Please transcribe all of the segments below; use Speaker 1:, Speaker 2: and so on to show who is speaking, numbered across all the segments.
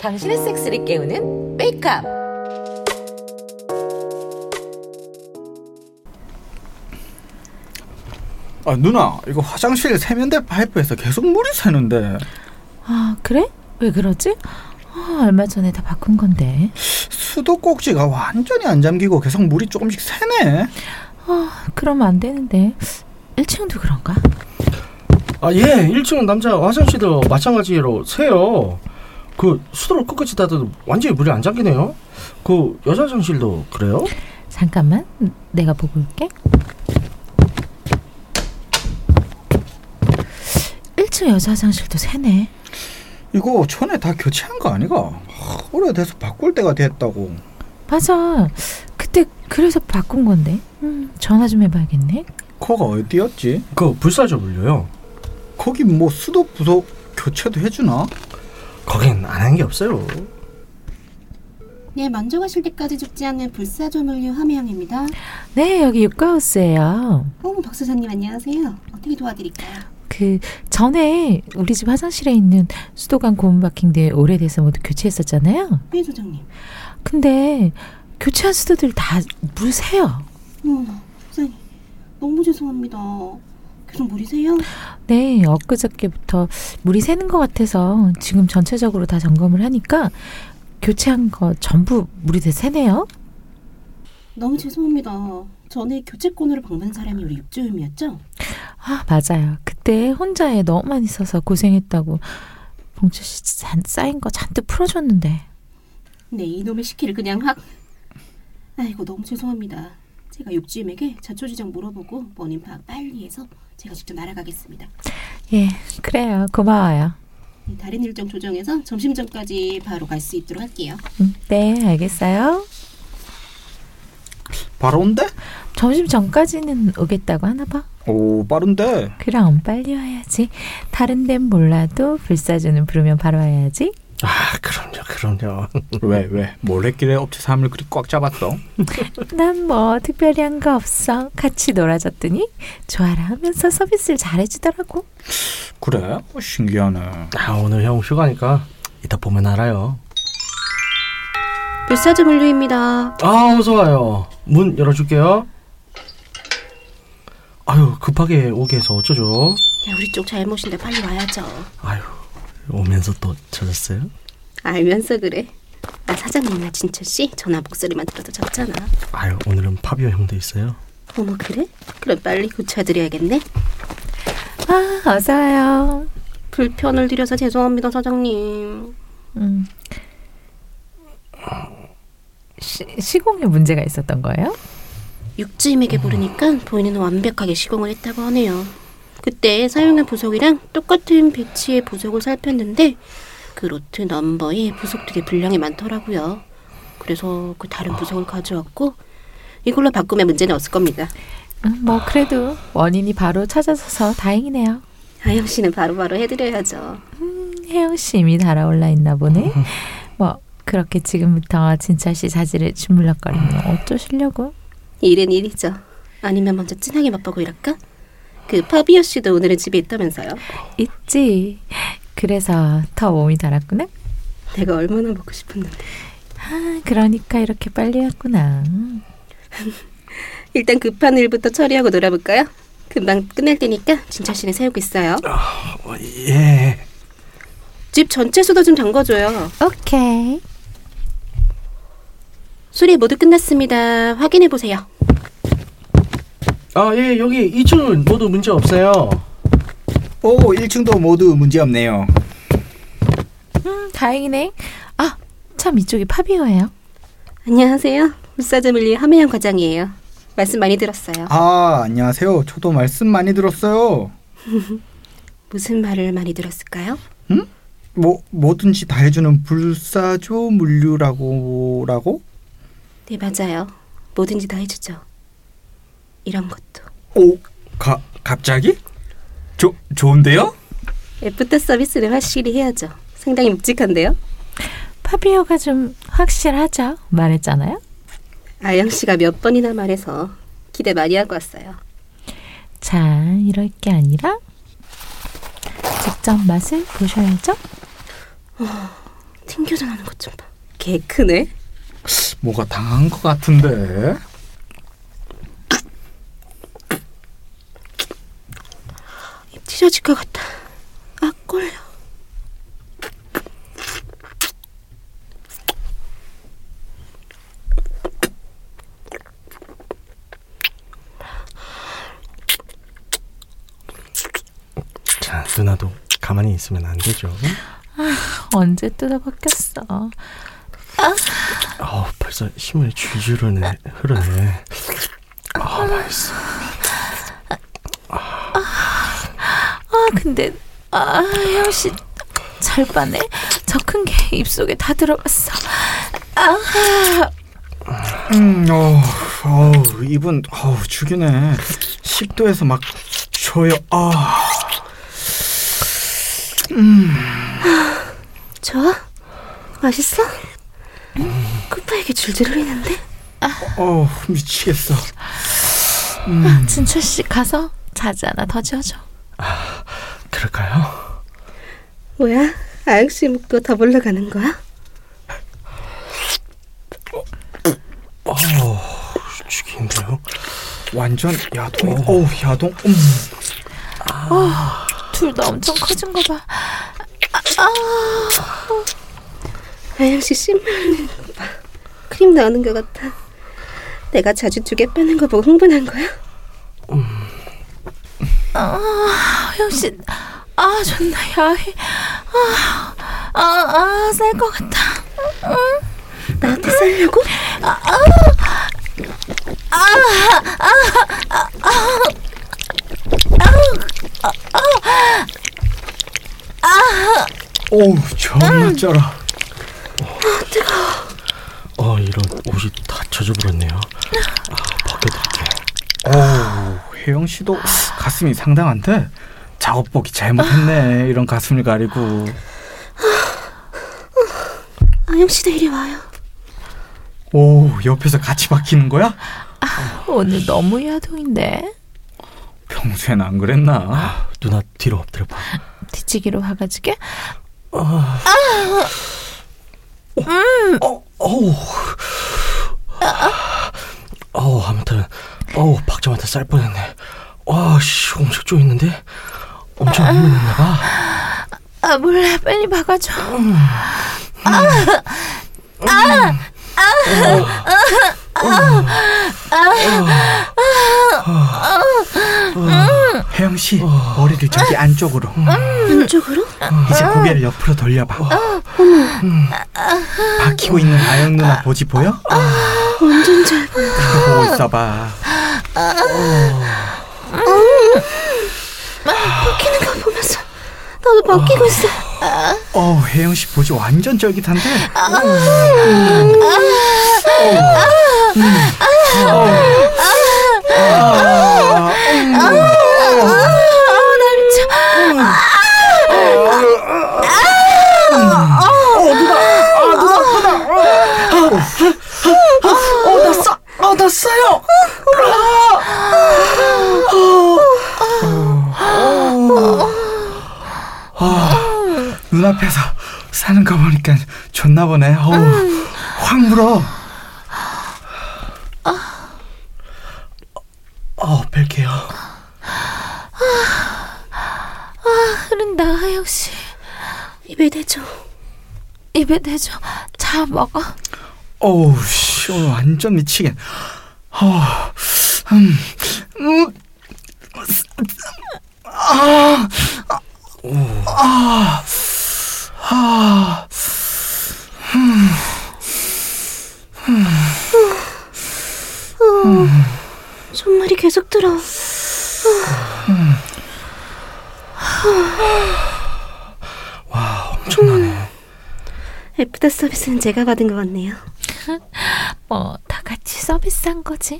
Speaker 1: 당신의 섹스를 깨우는 메이크업.
Speaker 2: 아 누나 이거 화장실 세면대 파이프에서 계속 물이 새는데
Speaker 3: 아 그래? 왜 그러지? 아, 얼마 전에 다 바꾼 건데.
Speaker 2: 수도 꼭지가 완전히 안 잠기고 계속 물이 조금씩 새네.
Speaker 3: 아 그러면 안 되는데. 1층도 그런가?
Speaker 4: 아, 예. 1층은 남자 화장실도 마찬가지로 새요. 그 수도를 끝까지 닫아도 완전히 물이 안 잠기네요. 그 여자 화장실도 그래요?
Speaker 3: 잠깐만, 내가 보고 올게. 1층 여자 화장실도 새네.
Speaker 2: 이거 전에 다 교체한 거 아니가? 하, 오래돼서 바꿀 때가 됐다고.
Speaker 3: 맞아. 그때 그래서 바꾼 건데. 음, 전화 좀 해봐야겠네.
Speaker 2: 거가 어디였지?
Speaker 4: 그 불사조 물려요.
Speaker 2: 거기 뭐 수도 부속 교체도 해주나?
Speaker 4: 거긴 안 한 게 없어요.
Speaker 5: 네, 만족하실 때까지 죽지 않는 불사조물류 함혜영입니다.
Speaker 3: 네, 여기 육가우스예요.
Speaker 5: 어, 박수사님 안녕하세요. 어떻게 도와드릴까요?
Speaker 3: 그 전에 우리 집 화장실에 있는 수도관 고무바킹들 오래돼서 모두 교체했었잖아요.
Speaker 5: 네, 조장님.
Speaker 3: 근데 교체한 수도들 다 물 새요.
Speaker 5: 어머, 사장님. 너무 죄송합니다. 계속 물이세요?
Speaker 3: 네, 엊그저께부터 물이 새는 것 같아서 지금 전체적으로 다 점검을 하니까 교체한 거 전부 물이 다 새네요.
Speaker 5: 너무 죄송합니다. 전에 교체권으로 방문 사람이 우리 육주음이었죠?
Speaker 3: 아, 맞아요. 그때 혼자 애 너무 많이 써서 고생했다고 봉주 씨 잔- 쌓인 거 잔뜩 풀어줬는데.
Speaker 5: 네, 이놈의 시키를 그냥 확. 아이고, 너무 죄송합니다. 제가 육주음에게 자초지정 물어보고 원인 파악 빨리 해서 제가 직접 날아가겠습니다.
Speaker 3: 예, 그래요. 고마워요.
Speaker 5: 네, 다른 일정 조정해서 점심전까지 바로 갈 수 있도록 할게요.
Speaker 3: 음, 네, 알겠어요.
Speaker 2: 바로 온대?
Speaker 3: 점심 전까지는 오겠다고 하나 봐.
Speaker 2: 오 빠른데.
Speaker 3: 그럼 빨리 와야지. 다른 데는 몰라도 불사조는 부르면 바로 와야지.
Speaker 4: 아, 그럼요. 그럼요.
Speaker 2: 왜 왜? 몰래끼리 업체 사람을 그리 꽉 잡았어?
Speaker 3: 난 뭐 특별히 한 거 없어. 같이 놀아줬더니 좋아라 하면서 서비스를 잘해주더라고.
Speaker 2: 그래? 어, 신기하네.
Speaker 4: 아, 오늘 형 휴가니까 이따 보면 알아요.
Speaker 5: 불사조물류입니다.
Speaker 4: 아, 어서 와요. 문 열어줄게요. 아유, 급하게 오게 해서 어쩌죠?
Speaker 5: 야, 우리 쪽 잘못인데 빨리 와야죠.
Speaker 4: 아유, 오면서 또 젖었어요?
Speaker 5: 알면서 그래. 나 사장님이나 진철 씨 전화 목소리만 들어도 좋잖아.
Speaker 4: 아유, 오늘은 파비오 형도 있어요.
Speaker 5: 어머 그래? 그럼 빨리 고쳐드려야겠네.
Speaker 3: 아 어서요.
Speaker 5: 불편을 드려서 죄송합니다 사장님.
Speaker 3: 음. 시, 시공에 문제가 있었던 거예요?
Speaker 5: 육지임에게 부르니까 본인은 완벽하게 시공을 했다고 하네요. 그때 사용한 보석이랑 똑같은 배치의 보석을 살폈는데 그 로트 넘버에 보석들이 분량이 많더라고요. 그래서 그 다른 보석을 가져왔고 이걸로 바꾸면 문제는 없을 겁니다.
Speaker 3: 음, 뭐 그래도 원인이 바로 찾아서서 다행이네요.
Speaker 5: 아영 씨는 바로바로 해드려야죠.
Speaker 3: 혜영 씨 이미 달아올라 있나 보네. 뭐 그렇게 지금부터 진철 씨 자질을 주물럭거리면 어쩌시려고?
Speaker 5: 일은 일이죠. 아니면 먼저 진하게 맛보고 일할까? 그 파비오 씨도 오늘은 집에 있다면서요.
Speaker 3: 있지. 그래서 더 몸이 달았구나.
Speaker 5: 내가 얼마나 먹고 싶었는데.
Speaker 3: 아, 그러니까 이렇게 빨리 왔구나.
Speaker 5: 일단 급한 일부터 처리하고 놀아볼까요? 금방 끝낼 테니까 진철 씨는 세우고 있어요.
Speaker 4: 어, 예.
Speaker 5: 집 전체 수도 좀 잠궈줘요.
Speaker 3: 오케이.
Speaker 5: 수리 모두 끝났습니다. 확인해 보세요.
Speaker 4: 아, 예, 여기 2층은 모두 문제 없어요.
Speaker 2: 오 어, 1층도 모두 문제 없네요.
Speaker 3: 음, 다행이네. 아, 참 이쪽이 파비오예요.
Speaker 5: 안녕하세요. 울사저물리 하메양 과장이에요. 말씀 많이 들었어요.
Speaker 2: 아 안녕하세요. 저도 말씀 많이 들었어요.
Speaker 5: 무슨 말을 많이 들었을까요?
Speaker 2: 뭐 뭐든지 다 해주는 불사조 물류라고라고?
Speaker 5: 네 맞아요. 뭐든지 다 해주죠. 이런 것도.
Speaker 2: 오, 가 갑자기? 좋 좋은데요?
Speaker 5: 애프터 서비스는 확실히 해야죠. 상당히 묵직한데요.
Speaker 3: 파비오가 좀 확실하죠. 말했잖아요.
Speaker 5: 아영 씨가 몇 번이나 말해서 기대 많이 하고 왔어요.
Speaker 3: 자, 이럴 게 아니라 직접 맛을 보셔야죠.
Speaker 5: 튕겨져 나는 것 좀 봐. 개 크네.
Speaker 2: 뭐가 당한 것 같은데.
Speaker 5: 입 찢어질 것 같다. 아 꼴려.
Speaker 4: 자, 누나도 가만히 있으면 안 되죠.
Speaker 3: 언제 뜯어봤겠어. 아,
Speaker 4: 어, 벌써 힘을 줄줄 흐르네. 흐르네. 아, 맛있어.
Speaker 3: 아 근데 아 역시 잘 빠네. 저 큰 게 입속에 다 들어갔어. 아
Speaker 2: 음, 어우, 어우, 이분, 어우, 죽이네. 식도에서 막 줘요. 아,
Speaker 5: 좋아? 맛있어? 쿠파에게 줄줄 흐리는데?
Speaker 2: 어우, 미치겠어.
Speaker 3: 진철 씨 가서 자지 하나 더 지어줘.
Speaker 4: 그럴까요?
Speaker 5: 뭐야? 아역시 묶고 더블로 가는 거야?
Speaker 4: 어, 죽인데요.
Speaker 2: 완전 야동. 어우, 야동. 음.
Speaker 3: 둘 다 엄청 커진 거 봐. 아,
Speaker 5: 아역시 신발 흘리는 거 봐. 크림 나오는 것 같아. 내가 자주 두 개 빼는 거 보고 흥분한 거야?
Speaker 3: 아 역시 아 존나 야해. 아, 아아쌀 것 같다.
Speaker 5: 나한테 살려고?
Speaker 2: 어우, 존나 쩔어.
Speaker 4: 어, 이런 옷이 다 젖어버렸네요. 아, 벗겨드릴게요.
Speaker 2: 어우, 혜영 씨도 가슴이 상당한데? 작업복이 잘못했네. 이런 가슴을 가리고.
Speaker 5: 아영씨도 이리 와요.
Speaker 2: 오, 옆에서 같이 박히는 거야?
Speaker 3: 오늘 너무 야동인데
Speaker 2: 평소엔 안 그랬나?
Speaker 4: 아, 누나 뒤로 엎드려봐.
Speaker 3: 뒤치기로 박아주게.
Speaker 4: 어, 어우. 어우, 아무튼, 어우, 박정한테 쌀 뻔했네. 와, 씨, 엄청 쪼이는데? 엄청 흥분했나봐.
Speaker 3: 아 몰라 빨리 박아줘.
Speaker 2: 혜영 씨, 머리를 저기 안쪽으로.
Speaker 5: 안쪽으로?
Speaker 2: 이제 고개를 옆으로 돌려봐. 음. 박히고 있는 아영 누나 보지 보여?
Speaker 5: 아, 완전 잘 보여.
Speaker 2: 그거 보고 있어봐.
Speaker 5: 벗기는 거 보면서 나도 벗기고 있어.
Speaker 2: 어, 혜영 씨 보지 완전 쫄깃한데. 눈앞에서 사는 거 보니까 좋나 보네. 어우, 확 물어.
Speaker 4: 어, 뺄게요.
Speaker 3: 흐른다 하영 씨
Speaker 5: 입에 대죠.
Speaker 3: 입에 대줘. 자 먹어.
Speaker 2: 어우, 씨, 오늘 완전 미치겠. 어우, 음, 음, 아, 아, 아,
Speaker 5: 손물이 계속 들어.
Speaker 4: 엄청나네.
Speaker 5: 음. 애프터 서비스는 제가 받은 것 같네요.
Speaker 3: 뭐 다 같이 서비스한 거지.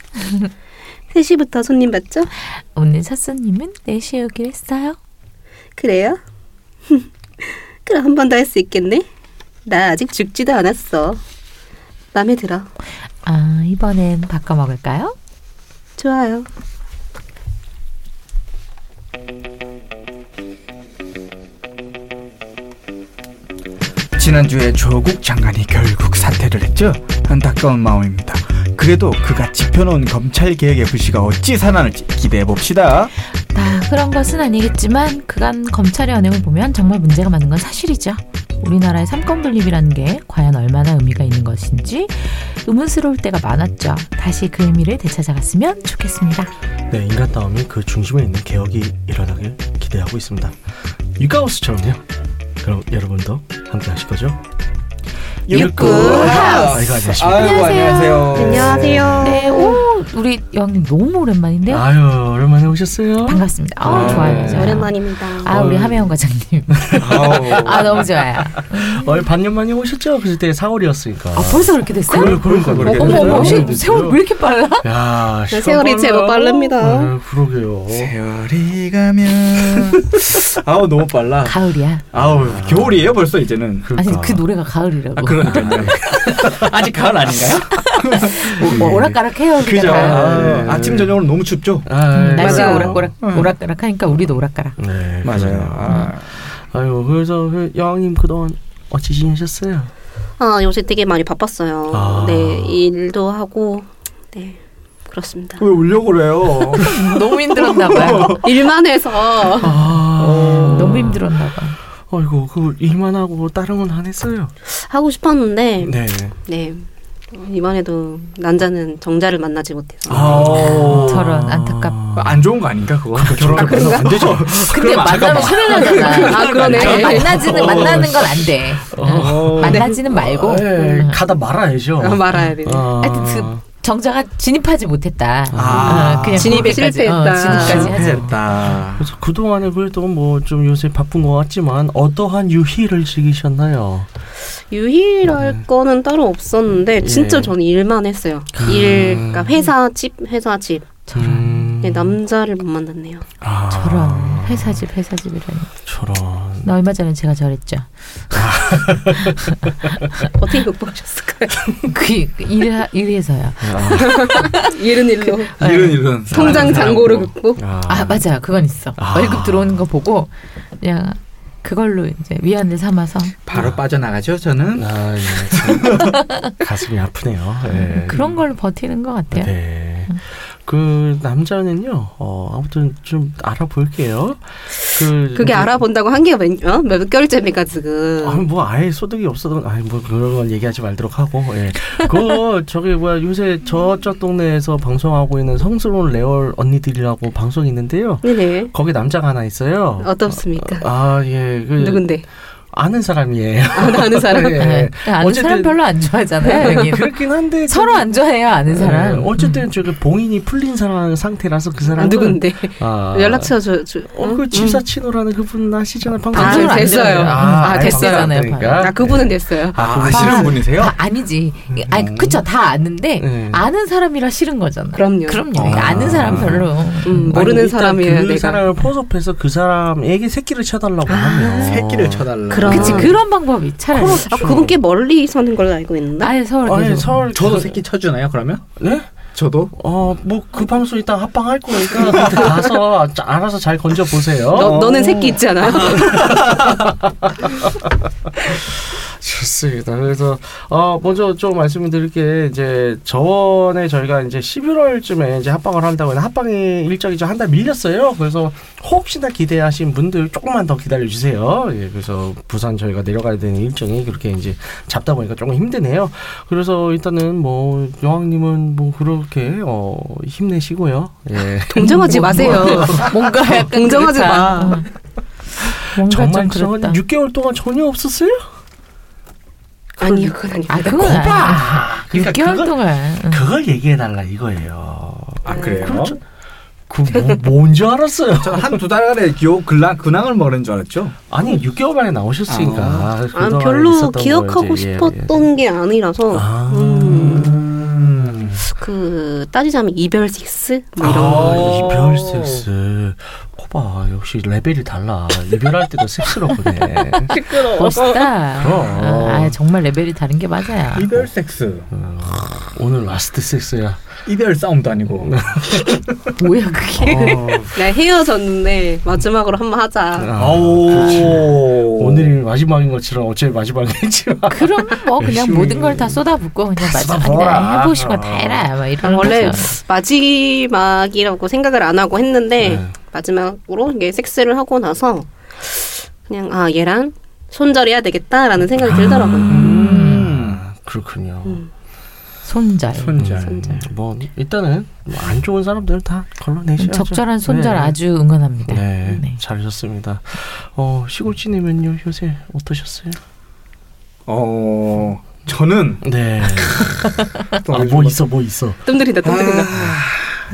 Speaker 5: 3시부터 손님 맞죠?
Speaker 3: 오늘 사수님은 4시에 오기로 했어요.
Speaker 5: 그래요? 그럼 한 번 더 할 수 있겠네? 나 아직 죽지도 않았어. 마음에 들어.
Speaker 3: 아 이번엔 바꿔 먹을까요?
Speaker 5: 좋아요.
Speaker 2: 지난주에 조국 장관이 결국 사퇴를 했죠. 안타까운 마음입니다. 그래도 그가 지펴놓은 검찰 개혁의 불씨가 어찌 살아날지 기대해 봅시다.
Speaker 3: 다 아, 그런 것은 아니겠지만 그간 검찰의 언행을 보면 정말 문제가 많은 건 사실이죠. 우리나라의 삼권 분립이라는 게 과연 얼마나 의미가 있는 것인지 의문스러울 때가 많았죠. 다시 그 의미를 되찾아갔으면 좋겠습니다.
Speaker 4: 네, 인간다움이 그 중심에 있는 개혁이 일어나길 기대하고 있습니다. 유카우스처럼요. 그럼 여러분도 함께 하실 거죠?
Speaker 3: 유쿠하우스.
Speaker 4: 아이고, 안녕하십니까.
Speaker 2: 아이고, 안녕하세요.
Speaker 5: 안녕하세요.
Speaker 3: 네, 오 우리 여왕님 너무 오랜만인데요.
Speaker 4: 아유, 오랜만에 오셨어요.
Speaker 3: 네. 반갑습니다. 아,
Speaker 2: 아,
Speaker 3: 좋아요.
Speaker 2: 네.
Speaker 3: 좋아요.
Speaker 5: 오랜만입니다.
Speaker 3: 아 우리 하혜영 과장님. 아 너무 좋아요. 아
Speaker 4: 얼 어, 반년 만에 오셨죠? 그때 4월이었으니까.
Speaker 3: 벌써 그렇게 됐어요?
Speaker 4: 그럴 그런가
Speaker 2: 벌써
Speaker 3: 어머 어머
Speaker 2: 벌써
Speaker 3: 혹시 세월 왜 네, 이렇게 빨라?
Speaker 4: 야, 시간
Speaker 5: 세월이
Speaker 4: 빨라.
Speaker 5: 제법 빠릅니다.
Speaker 4: 아유, 그러게요.
Speaker 2: 세월이 가면 어? 아우 너무 빨라.
Speaker 3: 가을이야.
Speaker 2: 아우 겨울이에요 벌써 이제는.
Speaker 3: 아니
Speaker 4: 그러니까.
Speaker 3: 그 노래가 가을이라고.
Speaker 2: 아 그러니까요. 아직 가을 아닌가요?
Speaker 3: 뭐, 오- 오락가락해요. 우리가
Speaker 2: 그죠.
Speaker 3: 가을.
Speaker 2: 아, 아침 저녁으로 너무 춥죠.
Speaker 4: 아,
Speaker 3: 음, 날씨가
Speaker 2: 맞아요.
Speaker 3: 오락오락 오락가락 하니까 우리도 오락가락.
Speaker 4: 네,
Speaker 2: 맞아요.
Speaker 4: 그러네요.
Speaker 2: 아,
Speaker 4: 아유, 그래서 그 여왕님 그동안 어찌 지내셨어요?
Speaker 5: 아, 요새 되게 많이 바빴어요.
Speaker 4: 아.
Speaker 5: 네, 일도 하고, 네, 그렇습니다.
Speaker 2: 왜 울려고 그래요?
Speaker 3: 음, 너무 힘들었나 봐요.
Speaker 4: 어.
Speaker 3: 음.
Speaker 5: 일만 해서.
Speaker 4: 아,
Speaker 3: 어, 너무 힘들었나 봐.
Speaker 4: 아이고, 그 일만 하고 다른 건 안 했어요.
Speaker 5: 하고 싶었는데,
Speaker 4: 네.
Speaker 5: 네. 이번에도 난자는 정자를 만나지 못해서.
Speaker 4: 어,
Speaker 2: 아우
Speaker 3: 저런 안타깝.
Speaker 2: 안 좋은 거 아닌가 그거? 결혼하면 안 되죠.
Speaker 3: 근데 만나면 큰일 나잖아.
Speaker 5: 아, 그러네.
Speaker 3: 만나지는 만나는 건 안 돼.
Speaker 2: 어.
Speaker 4: 어.
Speaker 3: 응. 만나지는 말고.
Speaker 4: 아, 예,
Speaker 3: 응.
Speaker 4: 가다 말아야죠.
Speaker 5: 아, 말아야 돼.
Speaker 4: 아.
Speaker 3: 음. 어, 하여튼 그 정자가 진입하지 못했다.
Speaker 2: 아.
Speaker 3: 어, 그냥
Speaker 5: 진입에
Speaker 3: 거기까지,
Speaker 5: 실패했다.
Speaker 3: 어, 진입까지 하지 못.
Speaker 2: 했다.
Speaker 4: 그래서 그동안에 그래도 뭐 좀 요새 바쁜 것 같지만 어떠한 유희를 즐기셨나요?
Speaker 5: 유일할 거는 따로 없었는데,
Speaker 4: 네.
Speaker 5: 진짜
Speaker 4: 예. 아.
Speaker 5: 저는 일만 했어요. 일, 그러니까 회사 집, 회사 집.
Speaker 4: 음,
Speaker 3: 예,
Speaker 5: 네, 남자를 못 만났네요.
Speaker 4: 아,
Speaker 3: 저런 회사 집 회사 집이라니.
Speaker 4: 저런.
Speaker 3: 나 얼마 전에 제가 저랬죠.
Speaker 4: 네.
Speaker 5: 어떻게 극복하셨을까요?
Speaker 3: 그 일, 일해서요.
Speaker 5: 일은 일로.
Speaker 4: 그
Speaker 2: 이런 이런. 뭐
Speaker 5: 통장 잔고를 극복.
Speaker 4: 아,
Speaker 3: 아 맞아요 그건 있어
Speaker 4: 아.
Speaker 3: 월급 들어오는 거 보고 그냥 그걸로 이제 위안을 삼아서
Speaker 2: 바로 빠져나가죠
Speaker 3: 음.
Speaker 2: 저는.
Speaker 4: 아, 예, 참 가슴이 아프네요. 예.
Speaker 3: 음, 그런 걸로 버티는 것 같아요
Speaker 4: 네. 그 남자는요. 어, 아무튼 좀 알아볼게요. 그
Speaker 5: 그게
Speaker 4: 뭐,
Speaker 5: 알아본다고 한게 몇, 어? 몇 개월째입니까, 지금.
Speaker 4: 아니 뭐 아예 소득이 없어도 아니 뭐 그런 건 얘기하지 말도록 하고 예. 그 저기 뭐야 요새 저쪽 동네에서 방송하고 있는 성스러운 레얼 언니들이라고 방송이 있는데요.
Speaker 5: 네네.
Speaker 4: 거기 남자가 하나 있어요.
Speaker 5: 어떻습니까?
Speaker 4: 아 예. 그
Speaker 5: 누군데?
Speaker 4: 아는 사람이에요.
Speaker 5: 아, 나 아는 사람.
Speaker 4: 예.
Speaker 3: 네. 아는
Speaker 4: 어쨌든- 네.
Speaker 3: 사람 별로 안 좋아하잖아요 여기
Speaker 4: 그렇긴 한데
Speaker 3: 서로 안 좋아해요 아는 사람
Speaker 4: 예, 어쨌든 저기 봉인이 풀린 사람 상태라서 그 사람
Speaker 5: 누군데?
Speaker 4: 아,
Speaker 5: 연락처 줘. 음. 줘.
Speaker 4: 어, 그 집사 친우라는 그분 아시잖아요. 방금
Speaker 5: 아,
Speaker 3: 방송을 안
Speaker 5: 됐어요.
Speaker 3: 들어요.
Speaker 4: 아,
Speaker 3: 아,
Speaker 4: 아예
Speaker 3: 됐잖아요
Speaker 4: 방송을 안
Speaker 3: 바로.
Speaker 4: 들으니까.
Speaker 5: 아, 그분은 됐어요.
Speaker 2: 아,
Speaker 4: 아,
Speaker 2: 아시는
Speaker 3: 아,
Speaker 2: 분이세요?
Speaker 3: 다 아니지 아니 그쵸 다 아는데
Speaker 4: 음. 네.
Speaker 3: 아는 사람이라 싫은 거잖아
Speaker 5: 그럼요.
Speaker 3: 그럼요
Speaker 2: 아.
Speaker 3: 아. 는 사람 별로
Speaker 5: 음,
Speaker 4: 아니,
Speaker 5: 모르는
Speaker 4: 일단
Speaker 5: 사람이에요,
Speaker 4: 그
Speaker 5: 내가. 아,
Speaker 4: 사람을 포섭해서 그 사람에게 새끼를 쳐달라고 하면
Speaker 2: 새끼를 쳐달라.
Speaker 5: 그럼.
Speaker 3: 그치
Speaker 5: 아.
Speaker 3: 그런 방법이 차라리
Speaker 5: 아, 그분 꽤 멀리 사는 걸로 알고 있는데.
Speaker 3: 아예 서울
Speaker 4: 아니
Speaker 3: 계속
Speaker 4: 서울
Speaker 2: 저도
Speaker 4: 그-
Speaker 2: 새끼 쳐주나요 그러면?
Speaker 4: 네?
Speaker 2: 저도.
Speaker 4: 어뭐 그 방송 이따 합방할 거니까 그때 가서 자- 알아서 잘 건져 보세요.
Speaker 5: 너, 너는 새끼 있잖아.
Speaker 4: 좋습니다. 그래서 어 먼저 좀 말씀을 드릴 게 이제 저번에 저희가 이제 11월쯤에 이제 합방을 한다고 했는데 합방이 일정이 좀 한 달 밀렸어요. 그래서 혹시나 기대하신 분들 조금만 더 기다려 주세요. 예, 그래서 부산 저희가 내려가야 되는 일정이 그렇게 이제 잡다 보니까 조금 힘드네요. 그래서 일단은 뭐 여왕님은 뭐 그렇게 어 힘내시고요. 예.
Speaker 3: 아,
Speaker 5: 동정하지 마세요.
Speaker 4: 뭐.
Speaker 3: 뭔가 약간
Speaker 5: 동정하지
Speaker 3: 그렇다. 어.
Speaker 4: 아,
Speaker 5: 마.
Speaker 3: 뭔가
Speaker 4: 그 정말
Speaker 3: 좀
Speaker 4: 저
Speaker 3: 그렇다
Speaker 4: 6개월 동안 전혀 없었어요?
Speaker 5: 아니요, 그건 아니고.
Speaker 3: 아, 그건 아니야.
Speaker 4: 그러니까
Speaker 3: 6개월
Speaker 4: 그건-
Speaker 3: 동안. 응.
Speaker 4: 그걸 얘기해 달라 이거예요.
Speaker 2: 아 그래요?
Speaker 4: 그렇죠. 뭐, 그뭔줄 알았어요.
Speaker 2: 한두 달간의 요 근랑 근황을 모르는 줄 알았죠.
Speaker 4: 아니 6개월 만에 나오셨으니까
Speaker 2: 아.
Speaker 5: 아,
Speaker 4: 그동안에
Speaker 5: 별로
Speaker 4: 있었던 거
Speaker 5: 기억하고
Speaker 4: 이제, 예, 예.
Speaker 5: 싶었던 게 아니라서
Speaker 4: 아.
Speaker 5: 음,
Speaker 2: 음.
Speaker 5: 그 따지자면 이별 식스 뭐 이런
Speaker 2: 아.
Speaker 5: 거.
Speaker 2: 거.
Speaker 4: 이별 섹스 코봐 역시 레벨이 달라 이별할 때도 섹스럽네
Speaker 3: 멋있다.
Speaker 4: 그럼.
Speaker 3: 아, 정말 레벨이 다른 게 맞아요.
Speaker 2: 이별 섹스,
Speaker 4: 오늘 라스트 섹스야
Speaker 2: 이별 싸움도 아니고.
Speaker 3: 뭐야, 그게.
Speaker 5: 나 헤어졌는데 마지막으로 네, 한번 하자.
Speaker 4: 아,
Speaker 2: 아오.
Speaker 4: 그렇지. 오늘이 마지막인 것처럼 어차피 마지막이지만
Speaker 5: 음,
Speaker 3: 그럼 뭐 그냥
Speaker 4: 열심히
Speaker 3: 모든 걸 다 쏟아붓고 그냥
Speaker 4: 쏟아부어라.
Speaker 3: 마지막에 해보시고 다 해라 막
Speaker 5: 저는
Speaker 4: 아,
Speaker 3: 이런
Speaker 5: 원래
Speaker 3: 거죠.
Speaker 5: 마지막이라고 생각을 안 하고 했는데
Speaker 4: 네.
Speaker 5: 마지막으로 이게 섹스를 하고 나서 그냥 아 얘랑 손절해야 되겠다라는 생각이 들더라고요.
Speaker 4: 음, 그렇군요.
Speaker 5: 음.
Speaker 3: 손잘.
Speaker 4: 손절.
Speaker 5: 손절.
Speaker 4: 뭐 일단은 뭐안 좋은 사람들 다
Speaker 5: 음,
Speaker 4: 걸러내셔야죠.
Speaker 3: 적절한 손절
Speaker 4: 네.
Speaker 3: 아주 응원합니다.
Speaker 4: 네,
Speaker 3: 네.
Speaker 4: 잘하셨습니다. 어, 시골지님은요 요새 어떠셨어요?
Speaker 2: 어 저는
Speaker 4: 네.
Speaker 2: 또
Speaker 4: 아, 뭐 있어, 뭐 있어.
Speaker 5: 뜸 들인다 뜸 들인다.
Speaker 2: 아,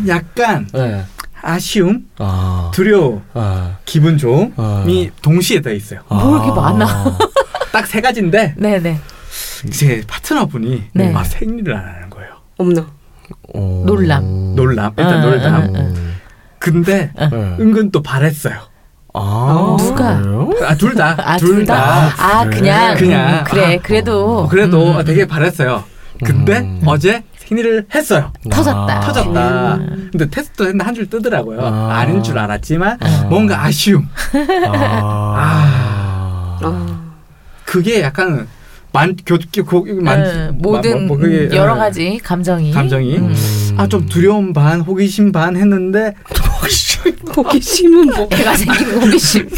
Speaker 2: 약간
Speaker 4: 네.
Speaker 2: 아쉬움,
Speaker 4: 아,
Speaker 2: 두려움,
Speaker 4: 아,
Speaker 2: 기분 좋음이
Speaker 4: 아.
Speaker 2: 동시에 다 어. 있어요.
Speaker 3: 뭐 이렇게 많아?
Speaker 2: 딱 세 가지인데
Speaker 3: 네네.
Speaker 2: 이제 파트너분이
Speaker 3: 네.
Speaker 2: 아, 생리를 안 하는 거예요.
Speaker 5: 없나?
Speaker 4: 어.
Speaker 3: 놀람.
Speaker 2: 놀람 일단
Speaker 3: 아,
Speaker 2: 놀람.
Speaker 3: 아,
Speaker 2: 근데
Speaker 4: 네.
Speaker 2: 은근 또 바랬어요.
Speaker 4: 아,
Speaker 3: 누가?
Speaker 4: 그래요?
Speaker 2: 아둘다
Speaker 3: 아, 둘
Speaker 2: 둘 다. 네.
Speaker 3: 다? 아,
Speaker 4: 그래.
Speaker 3: 그냥.
Speaker 2: 그냥.
Speaker 3: 음, 그래, 그래도.
Speaker 2: 어, 그래도
Speaker 3: 음,
Speaker 2: 되게 바랬어요. 근데
Speaker 4: 음.
Speaker 2: 어제 생리를 했어요.
Speaker 3: 터졌다.
Speaker 4: 아.
Speaker 2: 터졌다.
Speaker 3: 음.
Speaker 2: 근데 테스트 했는데 한 줄 뜨더라고요.
Speaker 4: 아.
Speaker 2: 아. 닌줄 알았지만
Speaker 4: 아.
Speaker 2: 뭔가 아쉬움.
Speaker 4: 아.
Speaker 5: 아.
Speaker 2: 그게 약간 만 교, 교, 교, 만
Speaker 3: 음,
Speaker 2: 마-
Speaker 3: 모든
Speaker 2: 뭐 그게,
Speaker 3: 여러
Speaker 2: 어,
Speaker 3: 가지 감정이.
Speaker 2: 감정이
Speaker 3: 음.
Speaker 2: 아 좀 두려움 반 호기심 반 했는데
Speaker 5: 호기심은 뭐?
Speaker 3: 내가 생긴 호기심.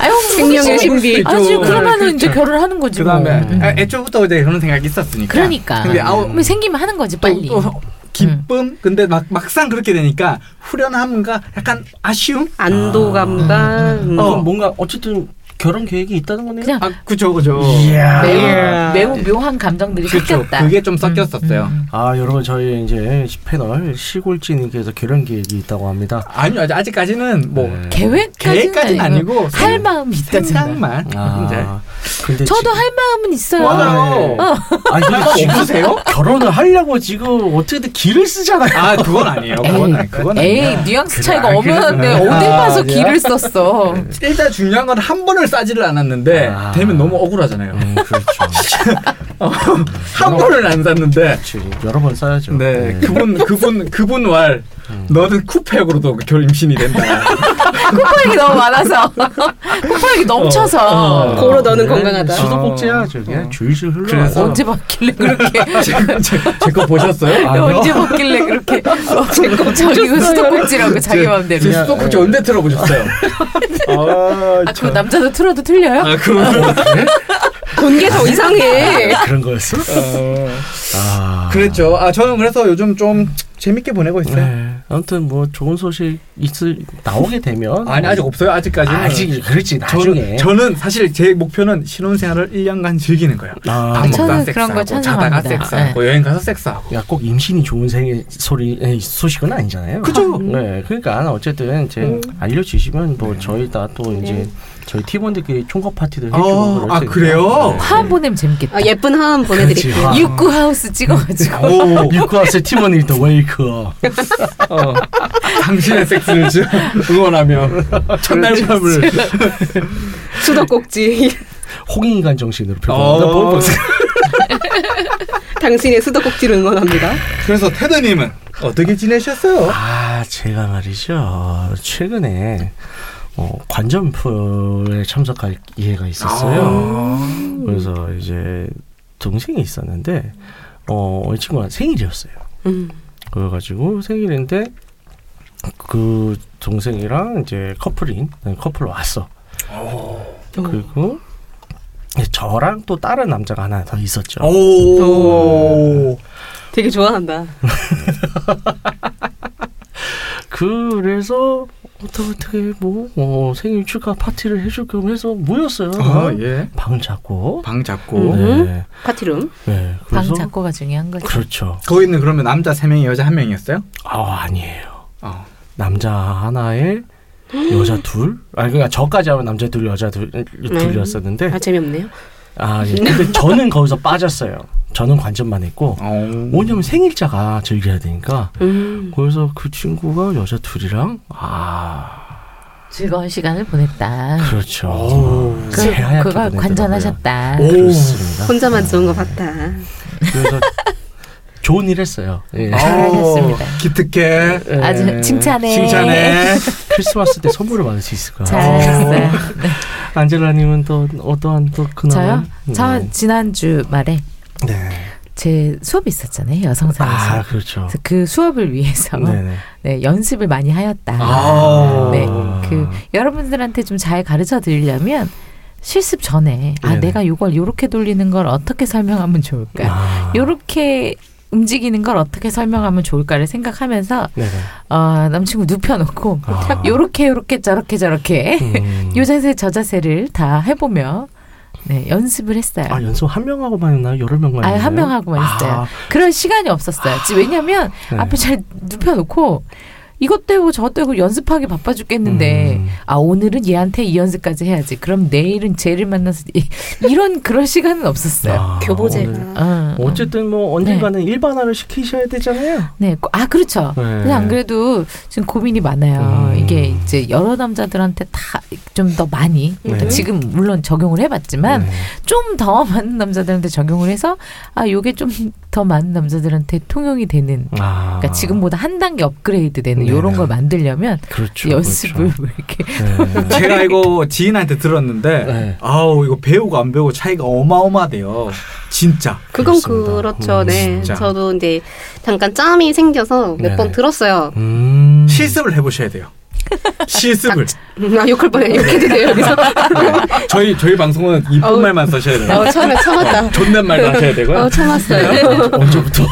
Speaker 3: 아유,
Speaker 5: 생명의
Speaker 3: 호기심이-
Speaker 5: 신비.
Speaker 3: 아,
Speaker 2: 그렇죠.
Speaker 3: 지금 그러면은
Speaker 2: 그렇죠.
Speaker 3: 이제 결혼하는 거지.
Speaker 2: 그 다음에
Speaker 3: 뭐. 음.
Speaker 2: 애초부터 이제 그런 생각이 있었으니까.
Speaker 3: 그러니까.
Speaker 2: 근데 아우
Speaker 4: 음.
Speaker 3: 뭐 생기면 하는 거지, 빨리. 음.
Speaker 2: 또, 또 기쁨 근데 막 막상 그렇게 되니까 후련함과 약간 아쉬움.
Speaker 5: 안도감과 음.
Speaker 4: 어, 뭔가 어쨌든 결혼 계획이 있다는 거네요.
Speaker 3: 그냥
Speaker 2: 아 그죠 그죠.
Speaker 4: 이야.
Speaker 3: 매우,
Speaker 4: 예.
Speaker 3: 매우 묘한 감정들이
Speaker 2: 아. 그렇죠.
Speaker 3: 섞였다. 음,
Speaker 2: 그게 좀 섞였었어요.
Speaker 4: 아, 여러분 저희 이제 패널 시골지님께서 결혼 계획이 있다고 합니다.
Speaker 2: 아니요 아직- 아직까지는 뭐
Speaker 4: 네.
Speaker 3: 계획까지는,
Speaker 2: 계획까지는 아니고
Speaker 3: 할
Speaker 2: 생각-
Speaker 3: 마음이 있다 생각.
Speaker 2: 생각만 뭐
Speaker 4: 아, 근데
Speaker 3: 저도
Speaker 4: 지-
Speaker 3: 할 마음은 있어요.
Speaker 2: 맞아요.
Speaker 4: 아니 근데 지금
Speaker 2: 없으세요?
Speaker 4: 결혼을 하려고 지금 어떻게든 길을 쓰잖아요.
Speaker 2: 아 그건 아니에요. 그건 아니 그건
Speaker 3: 에이,
Speaker 2: 아니야.
Speaker 3: 뉘앙스
Speaker 4: 그래,
Speaker 3: 차이가
Speaker 4: 아,
Speaker 3: 엄연한데
Speaker 4: 그래.
Speaker 3: 어딜
Speaker 4: 아,
Speaker 3: 봐서
Speaker 4: 아니야?
Speaker 3: 기를 썼어.
Speaker 2: 일단 중요한 건 한 번을 싸지를 않았는데
Speaker 4: 아.
Speaker 2: 되면 너무 억울하잖아요.
Speaker 4: 음, 그렇죠.
Speaker 2: 한 번을 안 샀는데
Speaker 4: 그렇지. 여러 번 써야죠.
Speaker 2: 네, 그분 그분 그분 왈
Speaker 4: 음.
Speaker 2: 너는 쿠팩으로도 그 결 임신이 된다.
Speaker 3: 콧바닥이 너무 많아서. 콧바닥이 넘쳐서.
Speaker 2: 어.
Speaker 5: 고로 너는
Speaker 4: 아.
Speaker 5: 건강하다.
Speaker 4: 수도꼭지야
Speaker 2: 어.
Speaker 4: 저게
Speaker 2: 어.
Speaker 4: 줄줄 흘러.
Speaker 2: 그래서-
Speaker 3: 언제 받길래 그렇게.
Speaker 2: 제 거 보셨어요?
Speaker 4: 아, 아니요.
Speaker 3: 언제 먹길래 그렇게 자기가 수도꼭지라고 자기 마음대로
Speaker 2: 제 수도꼭지
Speaker 4: 네.
Speaker 2: 언제 틀어보셨어요? 아,
Speaker 3: 아 그거 남자도 틀어도 틀려요?
Speaker 2: 아 그런
Speaker 5: 본게 더 이상해.
Speaker 4: 그런 거였어? 아.
Speaker 2: 그랬죠. 아 저는 그래서 요즘 좀 재밌게 보내고 있어요.
Speaker 4: 네. 아무튼 뭐 좋은 소식 있을 나오게 되면
Speaker 2: 아니 아직 없어요. 아직까지는.
Speaker 4: 아직 그렇지
Speaker 2: 저는,
Speaker 4: 나중에
Speaker 2: 저는 사실 제 목표는 신혼생활을 1년간 즐기는 거예요.
Speaker 4: 아.
Speaker 2: 밥 먹다
Speaker 3: 저는 그런 거
Speaker 2: 섹스하고 자다가 네.
Speaker 3: 찬성합니다.
Speaker 2: 섹스하고 여행 가서 섹스하고.
Speaker 4: 야, 꼭 임신이 좋은 생의 소리 에이, 소식은 아니잖아요.
Speaker 2: 그죠. 음.
Speaker 4: 네, 그러니까 어쨌든 이제 알려주시면 뭐 저희 다 또
Speaker 5: 네.
Speaker 4: 이제 저희 팀원들끼리 총각 파티도 해주고
Speaker 2: 네. 어,
Speaker 4: 그럴
Speaker 2: 아,
Speaker 4: 테니까. 네.
Speaker 2: 그래요?
Speaker 3: 화음 보내면 재밌겠다.
Speaker 5: 아, 예쁜 하음 보내드릴게요.
Speaker 4: 그렇지.
Speaker 3: 육구 하우스 찍어가지고
Speaker 4: 오, 유쿠아스 팀원이 더 웨이크.
Speaker 2: 어. 당신의 섹스를 지금 응원하며 첫날 밤을
Speaker 4: 아.
Speaker 5: 수도꼭지.
Speaker 4: 홍인간 정신으로
Speaker 2: 어.
Speaker 4: 표현한다. 뭐, 뭐,
Speaker 5: 당신의 수도꼭지를 응원합니다.
Speaker 2: 그래서 테드님은 어떻게 지내셨어요?
Speaker 4: 아, 제가 말이죠. 최근에 어, 관전표에 참석할 기회가 있었어요. 그래서 이제 동생이 있었는데 어, 이 친구가 생일이었어요.
Speaker 5: 음.
Speaker 4: 그래가지고 생일인데 그 동생이랑 이제 커플인 네, 커플로 왔어. 그리고 저랑 또 다른 남자가 하나 더
Speaker 2: 아.
Speaker 4: 있었죠.
Speaker 2: 오.
Speaker 5: 되게 좋아한다.
Speaker 4: 그래서 어떻게 어떻게 뭐 어, 생일 축하 파티를 해줄 겸 해서 모였어요.
Speaker 2: 아, 예. 음.
Speaker 4: 방을 잡고.
Speaker 2: 방 잡고.
Speaker 4: 네.
Speaker 5: 파티룸.
Speaker 4: 네.
Speaker 3: 방
Speaker 4: 그래서
Speaker 3: 잡고가 중요한 거지.
Speaker 4: 그렇죠.
Speaker 2: 거기는 그러면 남자 3명이 여자 1명이었어요?
Speaker 4: 아 아니에요.
Speaker 2: 어.
Speaker 4: 남자 하나에 여자 둘? 아 그러니까 저까지 하면 남자 둘 여자 둘
Speaker 3: 네.
Speaker 4: 둘이었었는데
Speaker 5: 아 재미없네요.
Speaker 4: 아, 예. 근데 저는 거기서 빠졌어요. 저는 관전만 했고.
Speaker 2: 어.
Speaker 4: 뭐냐면 생일자가 즐겨야 되니까.
Speaker 5: 음.
Speaker 4: 그래서 그 친구가 여자 둘이랑, 아,
Speaker 3: 즐거운 시간을 보냈다.
Speaker 4: 그렇죠.
Speaker 3: 음. 그,
Speaker 4: 새하얗게
Speaker 3: 그걸
Speaker 4: 보내더라고요.
Speaker 3: 관전하셨다.
Speaker 4: 그렇습니다.
Speaker 5: 혼자만 좋은 거 봤다.
Speaker 4: 그래서 좋은 일 했어요. 예.
Speaker 3: 잘하셨습니다.
Speaker 2: 오, 기특해.
Speaker 4: 예.
Speaker 5: 네.
Speaker 3: 아주 칭찬해.
Speaker 2: 칭찬해.
Speaker 4: 크리스마스 때 선물을 받을 수 있을까?
Speaker 3: 잘하셨어요.
Speaker 4: 어. 안젤라님은 또 어떠한 또 근황을?
Speaker 3: 저요?
Speaker 4: 음.
Speaker 3: 저 지난주 말에
Speaker 4: 네.
Speaker 3: 제 수업이 있었잖아요. 여성사에서.
Speaker 4: 아 그렇죠.
Speaker 3: 그래서 그 수업을 위해서
Speaker 4: 네네.
Speaker 3: 네, 연습을 많이 하였다.
Speaker 4: 아.
Speaker 3: 네, 그 여러분들한테 좀 잘 가르쳐 드리려면 실습 전에 아
Speaker 4: 네네.
Speaker 3: 내가 요걸 요렇게 돌리는 걸 어떻게 설명하면 좋을까?
Speaker 4: 아.
Speaker 3: 그러니까 요렇게 움직이는 걸 어떻게 설명하면 좋을까를 생각하면서
Speaker 4: 네네.
Speaker 3: 어, 남친구 눕혀놓고
Speaker 4: 아.
Speaker 3: 딱 요렇게 요렇게 저렇게 저렇게
Speaker 4: 음.
Speaker 3: 요 자세 저 자세를 다 해보며 네 연습을 했어요.
Speaker 4: 아 연습 한 명하고만 했나요? 여러 명만
Speaker 3: 아,
Speaker 4: 했나요?
Speaker 3: 한 명하고만 했어요.
Speaker 4: 아,
Speaker 3: 그런 시간이 없었어요. 지- 왜냐면
Speaker 4: 네.
Speaker 3: 앞에 잘 눕혀놓고 이것 때고 저것 때고 연습하기 바빠 죽겠는데
Speaker 4: 음.
Speaker 3: 아 오늘은 얘한테 이 연습까지 해야지. 그럼 내일은 쟤를 만나서 이- 이런 그런 시간은 없었어요.
Speaker 4: 아, 오늘.
Speaker 5: 교보제가
Speaker 3: 어, 어.
Speaker 4: 어쨌든 뭐 언젠가는 일반화를 시키셔야 되잖아요.
Speaker 3: 네, 고- 아 그렇죠.
Speaker 4: 네.
Speaker 3: 근데 안 그래도 지금 고민이 많아요.
Speaker 4: 음.
Speaker 3: 이게 이제 여러 남자들한테 다 좀 더 많이 그러니까
Speaker 4: 네.
Speaker 3: 지금 물론 적용을 해봤지만
Speaker 4: 네.
Speaker 3: 좀 더 많은 남자들한테 적용을 해서 아 요게 좀 더 많은 남자들한테 통용이 되는
Speaker 4: 아.
Speaker 3: 그러니까 지금보다 한 단계 업그레이드 되는
Speaker 4: 네네.
Speaker 3: 이런 걸 만들려면
Speaker 4: 그렇죠.
Speaker 3: 연습을 왜 이렇게
Speaker 4: 그렇죠. 네.
Speaker 2: 제가 이거 지인한테 들었는데
Speaker 4: 네.
Speaker 2: 아우 이거 배우고 안 배우고 차이가 어마어마대요. 진짜.
Speaker 5: 그건
Speaker 4: 그렇습니다.
Speaker 5: 그렇죠.
Speaker 4: 음,
Speaker 5: 네.
Speaker 2: 진짜.
Speaker 5: 저도 이제 잠깐 짬이 생겨서 몇 번
Speaker 4: 네네.
Speaker 5: 들었어요.
Speaker 4: 음.
Speaker 2: 실습을 해보셔야 돼요. 실습을. 네.
Speaker 5: 아, 욕할 뻔해. 욕해도 돼요, 여기서.
Speaker 2: 저희 저희 방송은
Speaker 5: 어우.
Speaker 2: 이쁜 말만 써셔야 돼요. 네.
Speaker 5: 어, 처음에 참았다.
Speaker 2: 존댓말도 하셔야
Speaker 5: 어,
Speaker 2: 되고요.
Speaker 5: 참았어요.
Speaker 2: 언제부터?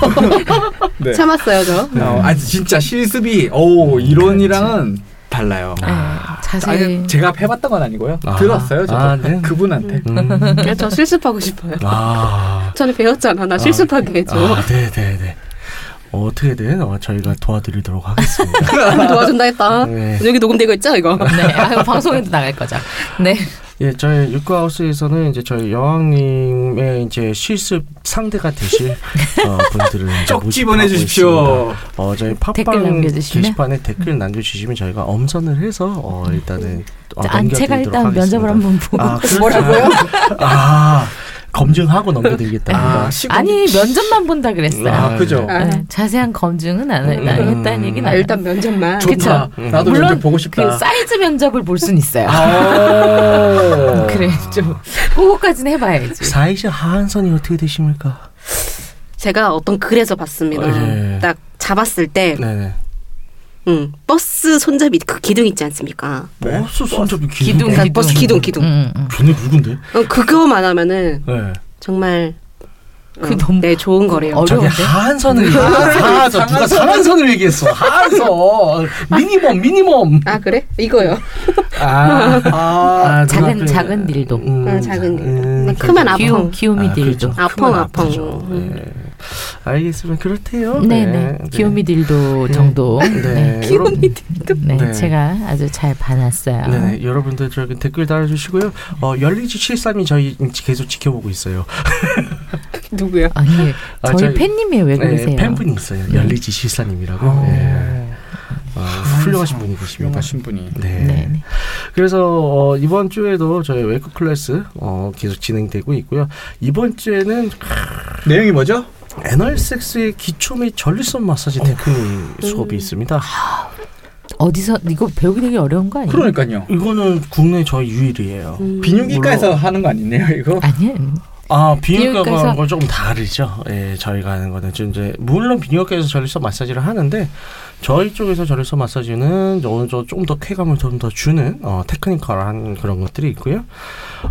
Speaker 2: 네.
Speaker 5: 참았어요, 음. 저.
Speaker 2: 어, 아 진짜 실습이 오 이론이랑은 달라요.
Speaker 5: 아,
Speaker 3: 네, 자세히
Speaker 2: 아니, 제가 해봤던 건 아니고요.
Speaker 4: 아.
Speaker 2: 들었어요. 저도
Speaker 4: 아, 네.
Speaker 2: 그분한테.
Speaker 4: 음.
Speaker 5: 야, 저 실습하고 싶어요.
Speaker 4: 아.
Speaker 5: 저는 배웠잖아. 나 실습하게 해줘.
Speaker 4: 아, 네, 네, 네. 어떻게든 어, 저희가 도와드리도록 하겠습니다.
Speaker 5: 아, 도와준다 했다.
Speaker 4: 네.
Speaker 5: 여기 녹음되고 있죠, 이거?
Speaker 3: 네, 아, 방송에도 나갈 거죠. 네,
Speaker 4: 예, 저희 육구하우스에서는 이제 저희 여왕님의 이제 실습 상대가 되실 어, 분들을 이제
Speaker 2: 쪽지
Speaker 4: 모집하고 있습니다.
Speaker 2: 보내주십시오.
Speaker 4: 어, 저희
Speaker 3: 댓글
Speaker 4: 팟빵
Speaker 3: 남겨주시면? 음.
Speaker 4: 게시판에 댓글 남겨주시면 저희가 엄선을 해서 어, 일단은 어,
Speaker 3: 안 아, 제가
Speaker 4: 넘겨드리도록
Speaker 3: 일단 면접을
Speaker 4: 하겠습니다.
Speaker 3: 한번 보고
Speaker 4: 아, 뭐라고요? 아, 검증하고 넘겨드리겠다.
Speaker 2: 아,
Speaker 4: 아,
Speaker 2: 시공-
Speaker 3: 아니 면접만 본다 그랬어요.
Speaker 2: 아 그죠.
Speaker 5: 아,
Speaker 3: 네, 자세한 검증은 안
Speaker 4: 음.
Speaker 3: 나 했다는 얘기는
Speaker 5: 아,
Speaker 3: 안
Speaker 5: 일단 면접만.
Speaker 3: 저-
Speaker 2: 좋다. 나도
Speaker 3: 물론
Speaker 2: 면접 보고 싶다.
Speaker 3: 그 사이즈 면접을 볼 순 있어요.
Speaker 2: 아.
Speaker 3: 그래 좀 그거까지는 해봐야지.
Speaker 4: 사이즈 하한선이 어떻게 되십니까?
Speaker 5: 제가 어떤 글에서 봤습니다.
Speaker 4: 어, 예.
Speaker 5: 딱 잡았을 때,
Speaker 4: 네네.
Speaker 5: 음, 버스 손잡이 그 기둥 있지 않습니까?
Speaker 4: 버스 손잡이
Speaker 3: 네. 뭐 기둥,
Speaker 5: 그러니까
Speaker 3: 기둥.
Speaker 5: 버스 기둥, 기둥.
Speaker 3: 음, 음.
Speaker 4: 전혀 누군데?
Speaker 5: 어, 그거만 하면은
Speaker 4: 네.
Speaker 5: 정말 어,
Speaker 3: 그 너무
Speaker 5: 네, 좋은 거래요.
Speaker 3: 어려-
Speaker 4: 저기
Speaker 3: 어려운데? 아,
Speaker 4: 하한선을 하한선 누가 상한선을 얘기했어 하한선 미니멈 미니멈
Speaker 5: 아, 그래? 이거요.
Speaker 4: 아,
Speaker 2: 아,
Speaker 3: 작은 작은 딜도
Speaker 4: 음,
Speaker 5: 어, 작은 일.
Speaker 4: 음,
Speaker 5: 크면
Speaker 4: 그래도-
Speaker 5: 아펑.
Speaker 3: 귀요미 귀요미
Speaker 4: 아,
Speaker 3: 딜도.
Speaker 4: 그렇죠.
Speaker 5: 아펑,
Speaker 4: 크면
Speaker 5: 아펑.
Speaker 4: 아프죠.
Speaker 5: 음.
Speaker 4: 네. 알겠으면 그렇대요
Speaker 3: 네네 귀요미 딜도
Speaker 4: 네.
Speaker 3: 정도. 네.
Speaker 4: 네. 여러분-
Speaker 3: 네,
Speaker 4: 네.
Speaker 3: 제가 아주 잘 봐놨어요.
Speaker 4: 네, 여러분들 저기 댓글 달아주시고요. 어, 열리지 73이 저희 계속 지켜보고 있어요.
Speaker 5: 누구야?
Speaker 3: 아니,
Speaker 4: 아,
Speaker 3: 저희
Speaker 4: 저희-
Speaker 3: 팬님이에요. 왜 그러세요?
Speaker 4: 네, 팬분이 있어요. 열리지 73님이라고. 네. 어, 훌륭하신 분이 계십니다.
Speaker 2: 유명하신 분이.
Speaker 4: 네.
Speaker 3: 네, 네.
Speaker 4: 그래서 어, 이번 주에도 저희 웨이크 클래스 어, 계속 진행되고 있고요. 이번 주에는
Speaker 2: 내용이 뭐죠?
Speaker 4: 애널섹스의 기초 및 전립선 마사지 테크닉 수업이 있습니다.
Speaker 3: 어디서 이거 배우기 되게 어려운 거 아니에요?
Speaker 2: 그러니까요.
Speaker 4: 이거는 국내 저희 유일이에요.
Speaker 3: 음.
Speaker 2: 비뇨기과에서 하는 거 아니네요, 이거?
Speaker 3: 아니에요.
Speaker 4: 아 비뇨기과가
Speaker 3: 비뇨기과에서-
Speaker 4: 하는 건 조금 다르죠. 예, 저희가 하는 거는 지금 이제 물론 비뇨기과에서 전립선 마사지를 하는데 저희 쪽에서 전립선 마사지는 어느 정도 조금 더 쾌감을 좀 더 주는 어, 테크니컬한 그런 것들이 있고요.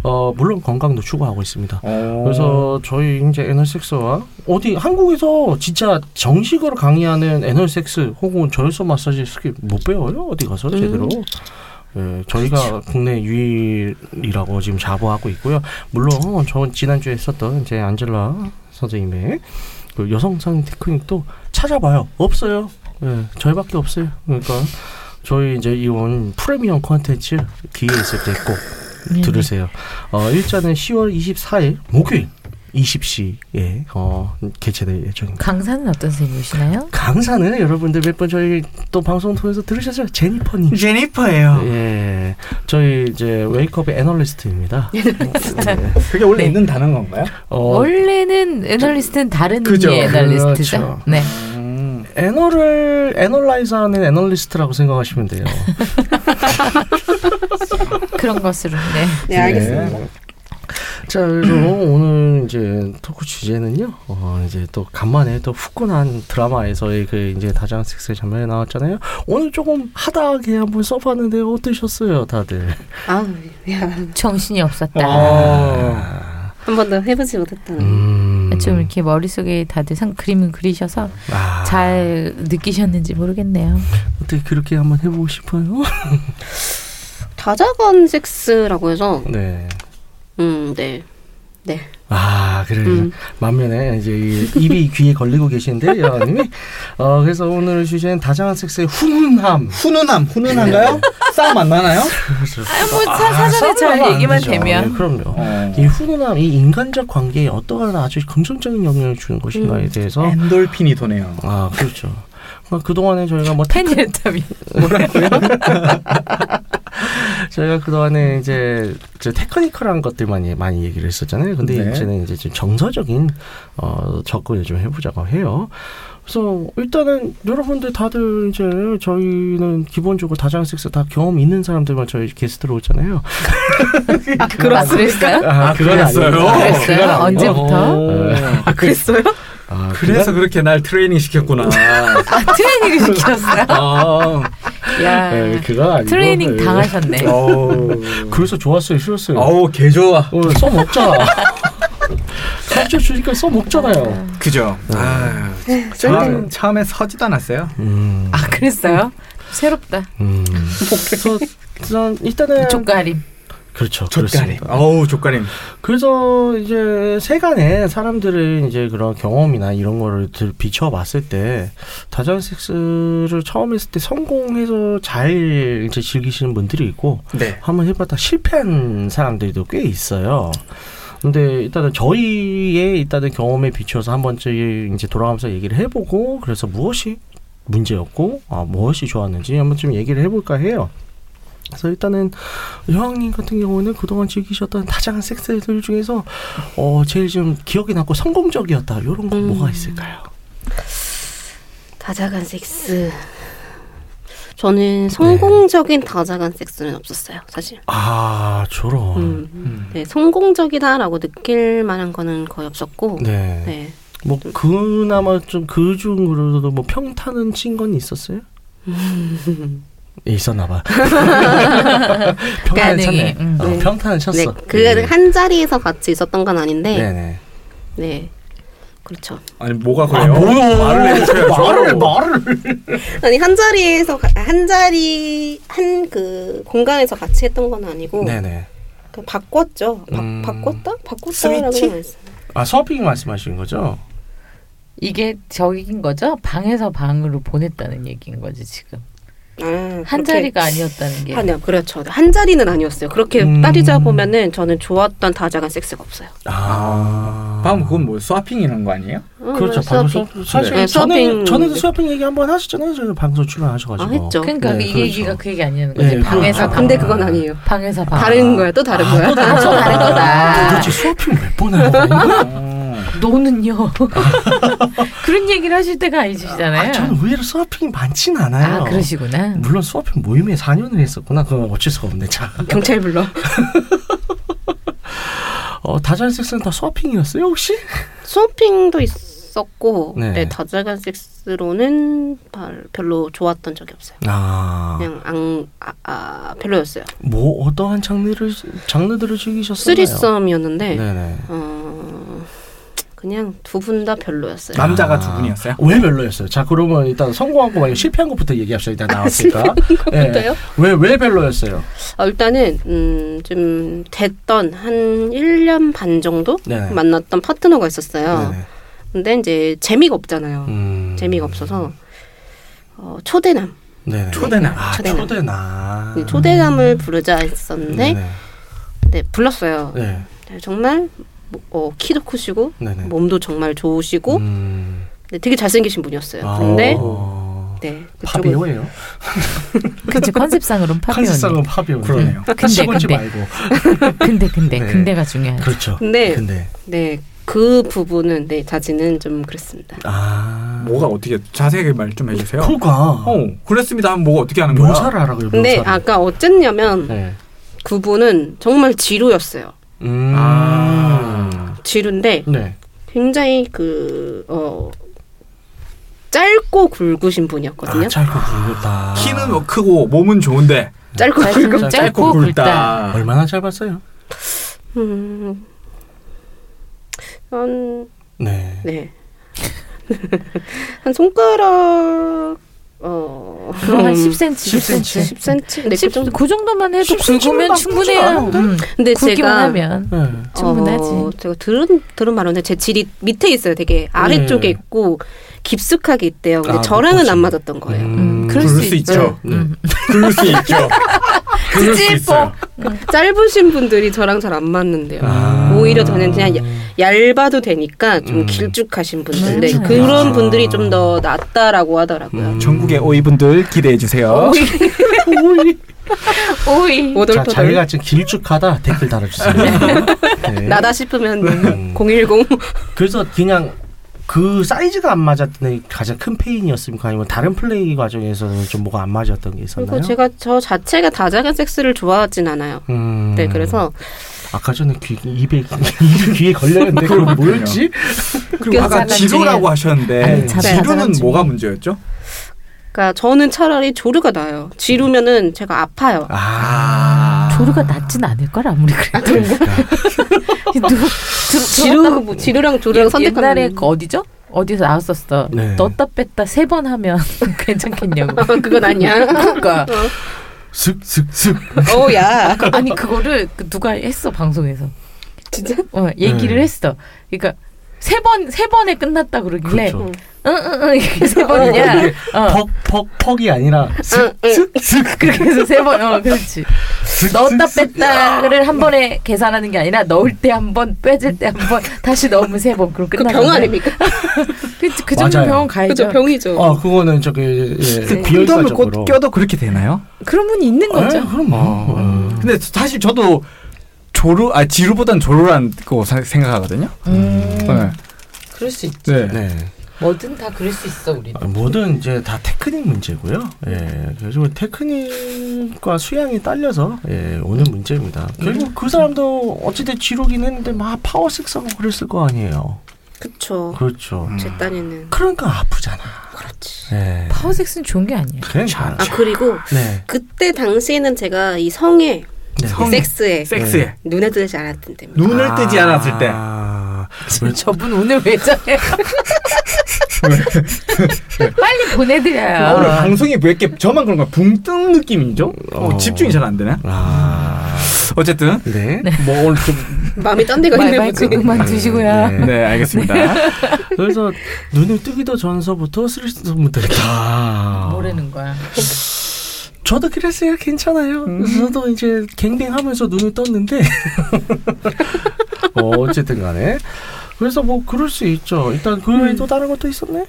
Speaker 4: 어, 물론 건강도 추구하고 있습니다. 어. 그래서 저희 이제 에너섹스와 어디 한국에서 진짜 정식으로 강의하는 에너섹스 혹은 전립선 마사지 스킬 못 배워요 어디 가서 제대로. 예, 저희가 국내 유일이라고 지금 자부하고 있고요. 물론 저 지난주에 했었던 이제 안젤라 선생님의 그 여성상 테크닉도 찾아봐요. 없어요. 예, 저희밖에 없어요. 그러니까 저희 이제 이번 프리미엄 콘텐츠 기회 있을 때 꼭
Speaker 3: 네.
Speaker 4: 들으세요. 어, 일자는 10월 24일 목요일 20시에 어, 개최될 예정입니다.
Speaker 3: 강사는 어떤 선생님이시나요?
Speaker 4: 강사는 여러분들 몇 번 저희 또 방송 통해서 들으셨어요. 제니퍼님.
Speaker 3: 네.
Speaker 2: 제니퍼예요.
Speaker 4: 예, 저희 이제 웨이크업의 애널리스트입니다. 네.
Speaker 2: 그게 원래
Speaker 3: 네.
Speaker 2: 있는 단어인 건가요?
Speaker 4: 어,
Speaker 3: 원래는 애널리스트는 다른
Speaker 2: 그죠.
Speaker 3: 의미의 애널리스트죠.
Speaker 4: 그렇죠.
Speaker 3: 네.
Speaker 2: 음.
Speaker 4: 애널을 애널라이즈하는 애널리스트라고 생각하시면 돼요.
Speaker 3: 그런 것으로. 네.
Speaker 5: 네, 알겠습니다.
Speaker 4: 예. 자, 그래서 오늘 이제 토크 주제는요. 어, 이제 또 간만에 또 후끈한 드라마에서의 그 이제 다장 섹스의 장면이 나왔잖아요. 오늘 조금 하다하게 한번 써봤는데 어떠셨어요, 다들?
Speaker 5: 아우, 야,
Speaker 3: 정신이
Speaker 2: 어.
Speaker 3: 없었다.
Speaker 4: 아,
Speaker 5: 한 번도 해보지 못했다는.
Speaker 4: 음,
Speaker 3: 좀 이렇게 머릿속에 다들 상, 그림을 그리셔서
Speaker 4: 아,
Speaker 3: 잘 느끼셨는지 모르겠네요.
Speaker 4: 어떻게 그렇게 한번 해보고 싶어요?
Speaker 5: 다자간 섹스라고 해서,
Speaker 4: 네.
Speaker 5: 음, 네.
Speaker 4: 아, 그래.
Speaker 5: 음.
Speaker 4: 만면에 이제 이 입이 귀에 걸리고 계시는데 여왕님이 어 그래서 오늘 주제는 다정한 섹스의 훈훈함.
Speaker 2: 훈훈함,
Speaker 3: 네.
Speaker 2: 훈훈한가요? 싸움 안 나나요?
Speaker 3: 뭐 사, 사전에
Speaker 4: 싸움은
Speaker 3: 잘
Speaker 4: 안
Speaker 3: 얘기만
Speaker 4: 되죠. 아, 네,
Speaker 3: 되면
Speaker 4: 그럼요.
Speaker 2: 어.
Speaker 4: 이 훈훈함, 이 인간적 관계에 어떠한 아주 긍정적인 영향을 주는 것인가에
Speaker 3: 음. 어.
Speaker 4: 대해서
Speaker 3: 네.
Speaker 2: 엔돌핀이 도네요.
Speaker 4: 아 그렇죠. 그 동안에 저희가 뭐
Speaker 3: 팬이랬다면
Speaker 4: 저희가 그 동안에 이제 저 테크니컬한 것들 많이 많이 얘기를 했었잖아요. 근데
Speaker 2: 네.
Speaker 4: 이제는 이제 좀 정서적인 어 접근을 좀 해보자고 해요. 그래서 일단은 여러분들 다들 이제 저희는 기본적으로 다자연 섹스 다 경험 있는 사람들만 저희 게스트로 오잖아요.
Speaker 3: 아, 그랬어요?
Speaker 4: 아,
Speaker 3: 그랬어요? 언제부터?
Speaker 2: 아,
Speaker 5: 그랬어요?
Speaker 4: 아,
Speaker 2: 그래서 그렇게 날 트레이닝 시켰구나.
Speaker 3: 아, 트레이닝을 시켰어요?
Speaker 2: 아,
Speaker 3: 야
Speaker 4: 네, 그건 아니고.
Speaker 3: 트레이닝
Speaker 4: 네.
Speaker 3: 당하셨네.
Speaker 2: 어우,
Speaker 4: 그래서 좋았어요, 싫었어요.
Speaker 2: 어우, 개 좋아.
Speaker 4: 어, 써 먹잖아. 갑자기 주니까 써 먹잖아요.
Speaker 2: 그죠? 아, 처음,
Speaker 3: 네.
Speaker 2: 처음에 서지도 않았어요.
Speaker 4: 음,
Speaker 3: 아 그랬어요? 새롭다.
Speaker 4: 음. 그래서 전 일단은
Speaker 3: 족가림.
Speaker 4: 그렇죠.
Speaker 2: 족가림.
Speaker 4: 그렇습니다.
Speaker 2: 어우, 족가림.
Speaker 4: 그래서 이제 세간에 사람들의 이제 그런 경험이나 이런 거를 들- 비춰봤을 때 다자연 섹스를 처음 했을 때 성공해서 잘 이제 즐기시는 분들이 있고
Speaker 2: 네.
Speaker 4: 한번 해봤다 실패한 사람들도 꽤 있어요. 근데 일단은 저희의 일단은 경험에 비추어서 한 번쯤 이제 돌아가면서 얘기를 해보고 그래서 무엇이 문제였고 아, 무엇이 좋았는지 한번 좀 얘기를 해볼까 해요. 그래서 일단은 여왕님 같은 경우는 그동안 즐기셨던 다양한 섹스들 중에서 어 제일 좀 기억에 남고 성공적이었다 이런 거
Speaker 5: 음.
Speaker 4: 뭐가 있을까요?
Speaker 5: 다자간 섹스.
Speaker 4: 네.
Speaker 5: 저는 성공적인 다자간 섹스는 없었어요, 사실.
Speaker 4: 아 저런
Speaker 5: 음.
Speaker 2: 음.
Speaker 5: 네, 성공적이다라고 느낄 만한 거는 거의 없었고,
Speaker 4: 네.
Speaker 5: 네.
Speaker 4: 뭐 그나마 좀 그 중으로도 뭐 평타는 친 건 있었어요? 음. 있었나 봐. 평타는
Speaker 3: 가능해.
Speaker 4: 쳤네.
Speaker 3: 음.
Speaker 4: 어,
Speaker 5: 네.
Speaker 4: 평타는 쳤어.
Speaker 5: 네,
Speaker 4: 네.
Speaker 5: 그한 자리에서 같이 있었던 건 아닌데, 네,
Speaker 4: 네네.
Speaker 5: 그렇죠.
Speaker 2: 아니, 뭐가 그래요?
Speaker 4: 말을
Speaker 2: 해주세요.
Speaker 4: 말을 말을.
Speaker 5: 아니 한 자리에서 가- 한 자리 한 그 공간에서 같이 했던 건 아니고,
Speaker 4: 네네.
Speaker 5: 그 바꿨죠. 바,
Speaker 4: 음.
Speaker 5: 바꿨다? 바꿨다라고
Speaker 4: 스위치?
Speaker 5: 했어요.
Speaker 4: 아 서핑 말씀하시는 거죠?
Speaker 3: 이게 저기인 거죠? 방에서 방으로 보냈다는 얘기인 거지 지금.
Speaker 5: 아,
Speaker 3: 한
Speaker 5: 그렇게-
Speaker 3: 자리가 아니었다는 게.
Speaker 5: 아, 네, 그렇죠. 한 자리는 아니었어요. 그렇게
Speaker 4: 음.
Speaker 5: 따지자 보면은 저는 좋았던 다자간 섹스가 없어요.
Speaker 4: 아.
Speaker 2: 방금 그건 뭐, 스와핑이라는 거 아니에요?
Speaker 5: 어,
Speaker 4: 그렇죠. 방금
Speaker 5: 수업이-
Speaker 4: 서- 사실
Speaker 5: 네,
Speaker 4: 전에
Speaker 5: 서핑.
Speaker 4: 전에도 서핑 얘기 한번 하셨잖아요. 저희 방송
Speaker 5: 아,
Speaker 4: 출연하셔가지고.
Speaker 5: 했죠.
Speaker 3: 그러니까
Speaker 4: 네,
Speaker 3: 이
Speaker 4: 그렇죠.
Speaker 3: 얘기가 그 얘기 아니라는 거지.
Speaker 4: 네,
Speaker 3: 방에서
Speaker 5: 아,
Speaker 4: 그렇죠.
Speaker 3: 방.
Speaker 5: 근데 그건 아니에요.
Speaker 3: 방에서 방.
Speaker 5: 다른 거야. 또
Speaker 4: 아,
Speaker 5: 다른 거야.
Speaker 3: 또 다른 거다.
Speaker 4: 도대체 서핑 몇번 하는
Speaker 2: 어,
Speaker 4: 거예요?
Speaker 3: 너는요. 그런 얘기를 하실 때가 아니시잖아요.
Speaker 4: 아, 저는 의외로 서핑이 많진 않아요.
Speaker 3: 아, 그러시구나.
Speaker 4: 물론 수업형 모임에 4년을 했었구나. 그건 어쩔 수가 없네. 자,
Speaker 5: 경찰 불러.
Speaker 4: 어, 다자연 섹스는 다 수업핑이었어요 혹시?
Speaker 5: 쇼핑도 있었고,
Speaker 4: 네.
Speaker 5: 네. 다자간 섹스로는 발- 별로 좋았던 적이 없어요.
Speaker 4: 아,
Speaker 5: 그냥 안, 아, 아, 별로였어요.
Speaker 4: 뭐 어떠한 장르를 장르들을 즐기셨어요?
Speaker 5: 쓰리썸이었는데,
Speaker 4: 네네.
Speaker 5: 어, 그냥 두 분 다 별로였어요.
Speaker 2: 남자가
Speaker 4: 아.
Speaker 2: 두 분이었어요?
Speaker 4: 왜 별로였어요? 자, 그러면 일단 성공한 거 말고 실패한 것부터 얘기합시다. 일단
Speaker 5: 아,
Speaker 4: 나왔으니까. 예.
Speaker 5: 그럴까요?
Speaker 4: 왜, 왜 별로였어요?
Speaker 5: 아, 일단은 음, 좀 됐던 한 1년 반 정도
Speaker 4: 네네.
Speaker 5: 만났던 파트너가 있었어요.
Speaker 4: 네네.
Speaker 5: 근데 이제 재미가 없잖아요.
Speaker 4: 음.
Speaker 5: 아, 재미가 없어서 어, 초대남.
Speaker 4: 네네.
Speaker 2: 초대남.
Speaker 4: 아,
Speaker 5: 초대남.
Speaker 4: 초대나.
Speaker 5: 네, 초대남을 부르자 했었는데
Speaker 4: 음. 네네.
Speaker 5: 네, 불렀어요.
Speaker 4: 네.
Speaker 5: 정말 뭐, 어, 키도 크시고
Speaker 4: 네네.
Speaker 5: 몸도 정말 좋으시고
Speaker 4: 음. 아.
Speaker 5: 네, 되게 잘생기신 분이었어요. 뭐? 근데
Speaker 4: 어.
Speaker 5: 네, 그쪽은
Speaker 4: 파비오예요?
Speaker 3: 그치 컨셉상으로는 파비오니.
Speaker 4: 컨셉상은 파비오.
Speaker 2: 그러네요.
Speaker 3: 근데,
Speaker 4: 시골집
Speaker 3: 근데.
Speaker 4: 말고.
Speaker 3: 근데 근데
Speaker 4: 네.
Speaker 3: 근데가 중요하죠.
Speaker 5: 네.
Speaker 4: 그렇죠.
Speaker 5: 근데
Speaker 4: 근데
Speaker 5: 네, 그 부분은 네 자지는 좀 그렇습니다.
Speaker 4: 아.
Speaker 2: 뭐가 어떻게 자세하게 말 좀 해주세요.
Speaker 4: 그러니까.
Speaker 2: 어, 그랬습니다. 하면 뭐가 어떻게 하는 거야?
Speaker 4: 묘사를 하라고요.
Speaker 5: 근데
Speaker 4: 묘사를.
Speaker 5: 네, 아까 어쨌냐면
Speaker 4: 네.
Speaker 5: 그분은 정말 지루였어요.
Speaker 4: 음.
Speaker 2: 아.
Speaker 5: 지루인데
Speaker 4: 네.
Speaker 5: 굉장히 그 어. 짧고 굵으신 분이었거든요.
Speaker 4: 아, 짧고 굵다.
Speaker 2: 키는 뭐 크고 몸은 좋은데
Speaker 5: 짧고
Speaker 3: 짧고,
Speaker 5: 굵은
Speaker 3: 짧고 굵다.
Speaker 4: 얼마나 짧았어요?
Speaker 5: 음. 한,
Speaker 4: 네.
Speaker 5: 네. 한 손가락, 어,
Speaker 3: 그럼 한 10cm,
Speaker 4: 10cm.
Speaker 3: 10cm.
Speaker 5: 10cm? 네, 그
Speaker 3: 10,
Speaker 5: 정도.
Speaker 3: 그 정도만 해도
Speaker 4: 10cm 면
Speaker 3: 굵으면
Speaker 4: 나쁘지
Speaker 3: 충분해요.
Speaker 4: 않은데?
Speaker 3: 음,
Speaker 5: 근데
Speaker 3: 굵기만
Speaker 5: 제가,
Speaker 3: 하면
Speaker 4: 네.
Speaker 3: 충분하지.
Speaker 5: 어, 제가 들은, 들은 말로는 제 질이 밑에 있어요. 되게 아래쪽에
Speaker 4: 네.
Speaker 5: 있고, 깊숙하게 있대요. 근데
Speaker 4: 아,
Speaker 5: 저랑은
Speaker 4: 그렇지.
Speaker 5: 안 맞았던 거예요.
Speaker 3: 음, 그럴
Speaker 2: 그럴
Speaker 3: 수,
Speaker 2: 수
Speaker 3: 있죠.
Speaker 2: 있죠.
Speaker 4: 네.
Speaker 2: 네.
Speaker 3: 음.
Speaker 2: 그럴 수 있죠. 그럴 수 있어요.
Speaker 5: 짧으신 분들이 저랑 잘 안 맞는데요.
Speaker 4: 아.
Speaker 5: 음. 오히려 저는 그냥 야- 얇아도 되니까 좀
Speaker 4: 음. 아.
Speaker 5: 길쭉하신 분들. 네,
Speaker 3: 길쭉하다.
Speaker 5: 그런 분들이 좀 더 낫다라고 하더라고요.
Speaker 4: 음.
Speaker 2: 전국의 오이분들 기대해 주세요.
Speaker 3: 오이.
Speaker 4: 자,
Speaker 5: 음. 오돌토돌.
Speaker 4: 자기가 지금 길쭉하다 댓글 달아주세요. 네.
Speaker 5: 나다 싶으면
Speaker 4: 음.
Speaker 5: 010
Speaker 4: 그래서 그냥 그 사이즈가 안 맞았던 게 가장 큰 페인이었습니까? 아니면 다른 플레이 과정에서는 좀 뭐가 안 맞았던 게 있었나요?
Speaker 5: 그리고 제가 저 자체가 다자간 섹스를 좋아하진 않아요.
Speaker 4: 음.
Speaker 5: 네, 그래서
Speaker 4: 아까 전에 귀, 입에 입 귀에 걸렸는데 그걸
Speaker 2: 그러니까요.
Speaker 4: 뭐였지?
Speaker 2: 그리고 아까
Speaker 3: 뼈사간 중에-
Speaker 2: 지루라고 하셨는데
Speaker 4: 아니, 자-
Speaker 2: 지루는
Speaker 3: 자사간 중에-
Speaker 2: 뭐가 문제였죠?
Speaker 5: 그러니까 저는 차라리 조르가 나요. 지루면은 제가 아파요.
Speaker 4: 아,
Speaker 3: 조류가 낫진 않을 걸 아무리 그래도.
Speaker 4: 그러니까
Speaker 3: 누- 저-
Speaker 5: 지루 뭐 지루랑 조르랑
Speaker 3: 예-
Speaker 5: 선택하는
Speaker 3: 옛날에 그 어디죠? 어디서 나왔었어.
Speaker 4: 네.
Speaker 3: 넣었다 뺐다 세 번 하면 괜찮겠냐고.
Speaker 5: 그건 아니야.
Speaker 3: 그러니까
Speaker 4: 슥슥슥.
Speaker 5: 어, 야.
Speaker 3: 아니 그거를 그 누가 했어 방송에서.
Speaker 5: 진짜?
Speaker 3: 어, 얘기를
Speaker 4: 네.
Speaker 3: 했어. 그러니까 세 번 세 번에 끝났다
Speaker 5: 네.
Speaker 3: 그러길래
Speaker 4: 그렇죠.
Speaker 3: 응응응 이게 세 번이냐?
Speaker 4: 이게
Speaker 3: 어.
Speaker 4: 퍽퍽 퍽이 아니라
Speaker 5: 응, 응.
Speaker 4: 슥슥
Speaker 3: 그렇게 해서 세 번. 어, 그렇지. 넣었다 뺐다를 한 번에 계산하는 게 아니라 넣을 때 한 번, 빼질 때 한 번, 다시 넣으면 세 번. 그럼
Speaker 5: 그
Speaker 3: 끝나.
Speaker 5: 병 아닙니까?
Speaker 3: 그, 그 정도
Speaker 4: 맞아요.
Speaker 3: 병원 가야죠.
Speaker 5: 그죠 병이죠.
Speaker 4: 어 그거는 저기 예,
Speaker 2: 콘돔을
Speaker 4: 비효율적으로
Speaker 2: 꽂- 껴도 그렇게 되나요?
Speaker 3: 그런 분이 있는 거죠.
Speaker 4: 에? 그럼 뭐. 어.
Speaker 2: 근데 사실 저도 조루 아 지루보단 조루란 거 사- 생각하거든요.
Speaker 3: 음,
Speaker 2: 네.
Speaker 3: 그럴 수 있지.
Speaker 2: 네.
Speaker 4: 네.
Speaker 3: 뭐든 다 그럴 수 있어, 우리.
Speaker 4: 아, 뭐든 이제 다 테크닉 문제고요. 예, 그래서 테크닉과 수양이 딸려서 예, 오는 문제입니다. 결국 그 사람도 어찌됐 지루긴 했는데 막 파워 섹스하고 그랬을 거 아니에요.
Speaker 5: 그쵸.
Speaker 4: 그렇죠.
Speaker 5: 제 딴에는
Speaker 4: 그러니까 아프잖아.
Speaker 5: 음. 그렇지.
Speaker 4: 예.
Speaker 3: 파워섹스는 좋은 게 아니에요.
Speaker 4: 그러니까.
Speaker 5: 아 그리고
Speaker 4: 네.
Speaker 5: 그때 당시에는 제가 이 성에
Speaker 4: 네.
Speaker 2: 성- 아.
Speaker 5: 섹스에
Speaker 2: 섹스에
Speaker 5: 눈에 들지 않았던 때입니다.
Speaker 2: 눈을 뜨지 않았을 때
Speaker 4: 아, 왜
Speaker 3: 저분 오늘 왜 저래요? 빨리
Speaker 4: 아,
Speaker 3: 보내드려요.
Speaker 2: 오늘 방송이 왜 이렇게 저만 그런가 붕뜬 느낌이죠? 어,
Speaker 4: 어.
Speaker 2: 집중이 잘 안 되네.
Speaker 4: 아,
Speaker 2: 어쨌든
Speaker 4: 네.
Speaker 2: 뭐 오늘 좀
Speaker 5: 마음이 딴 데가
Speaker 3: 말,
Speaker 5: 있네
Speaker 3: 말
Speaker 5: 보지.
Speaker 3: 그만 두시고요.
Speaker 4: 네.
Speaker 2: 네, 알겠습니다.
Speaker 4: 그래서 눈을 뜨기도 전서부터 스릴스 분들다
Speaker 3: 뭐라는 거야.
Speaker 4: 저도 그랬어요. 괜찮아요. 저도 이제 갱뱅하면서 눈을 떴는데 어, 어쨌든 간에 그래서 뭐 그럴 수 있죠. 일단 그 외에 또 다른 것도 있었네.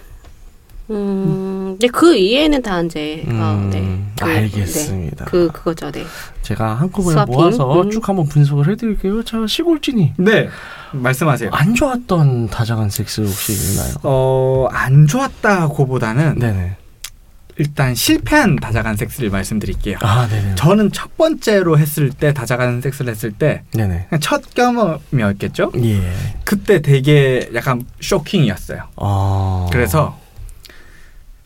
Speaker 5: 음, 근데 그 이해는 다 이제 어, 네. 그, 네.
Speaker 4: 음, 알겠습니다.
Speaker 5: 그 그거죠, 네.
Speaker 4: 제가 한꺼번에
Speaker 5: 스와핑?
Speaker 4: 모아서
Speaker 5: 음.
Speaker 4: 쭉 한번 분석을 해드릴게요. 자 시골진이
Speaker 2: 네, 말씀하세요.
Speaker 4: 안 좋았던 다자간 섹스 혹시 있나요?
Speaker 2: 어, 안 좋았다고보다는
Speaker 4: 네네.
Speaker 2: 일단 실패한 다자간 섹스를 말씀드릴게요.
Speaker 4: 아 네네.
Speaker 2: 저는 첫 번째로 했을 때 다자간 섹스를 했을
Speaker 4: 네네.
Speaker 2: 때 첫 경험이었겠죠?
Speaker 4: 예.
Speaker 2: 그때 되게 약간 쇼킹이었어요.
Speaker 4: 아.
Speaker 2: 그래서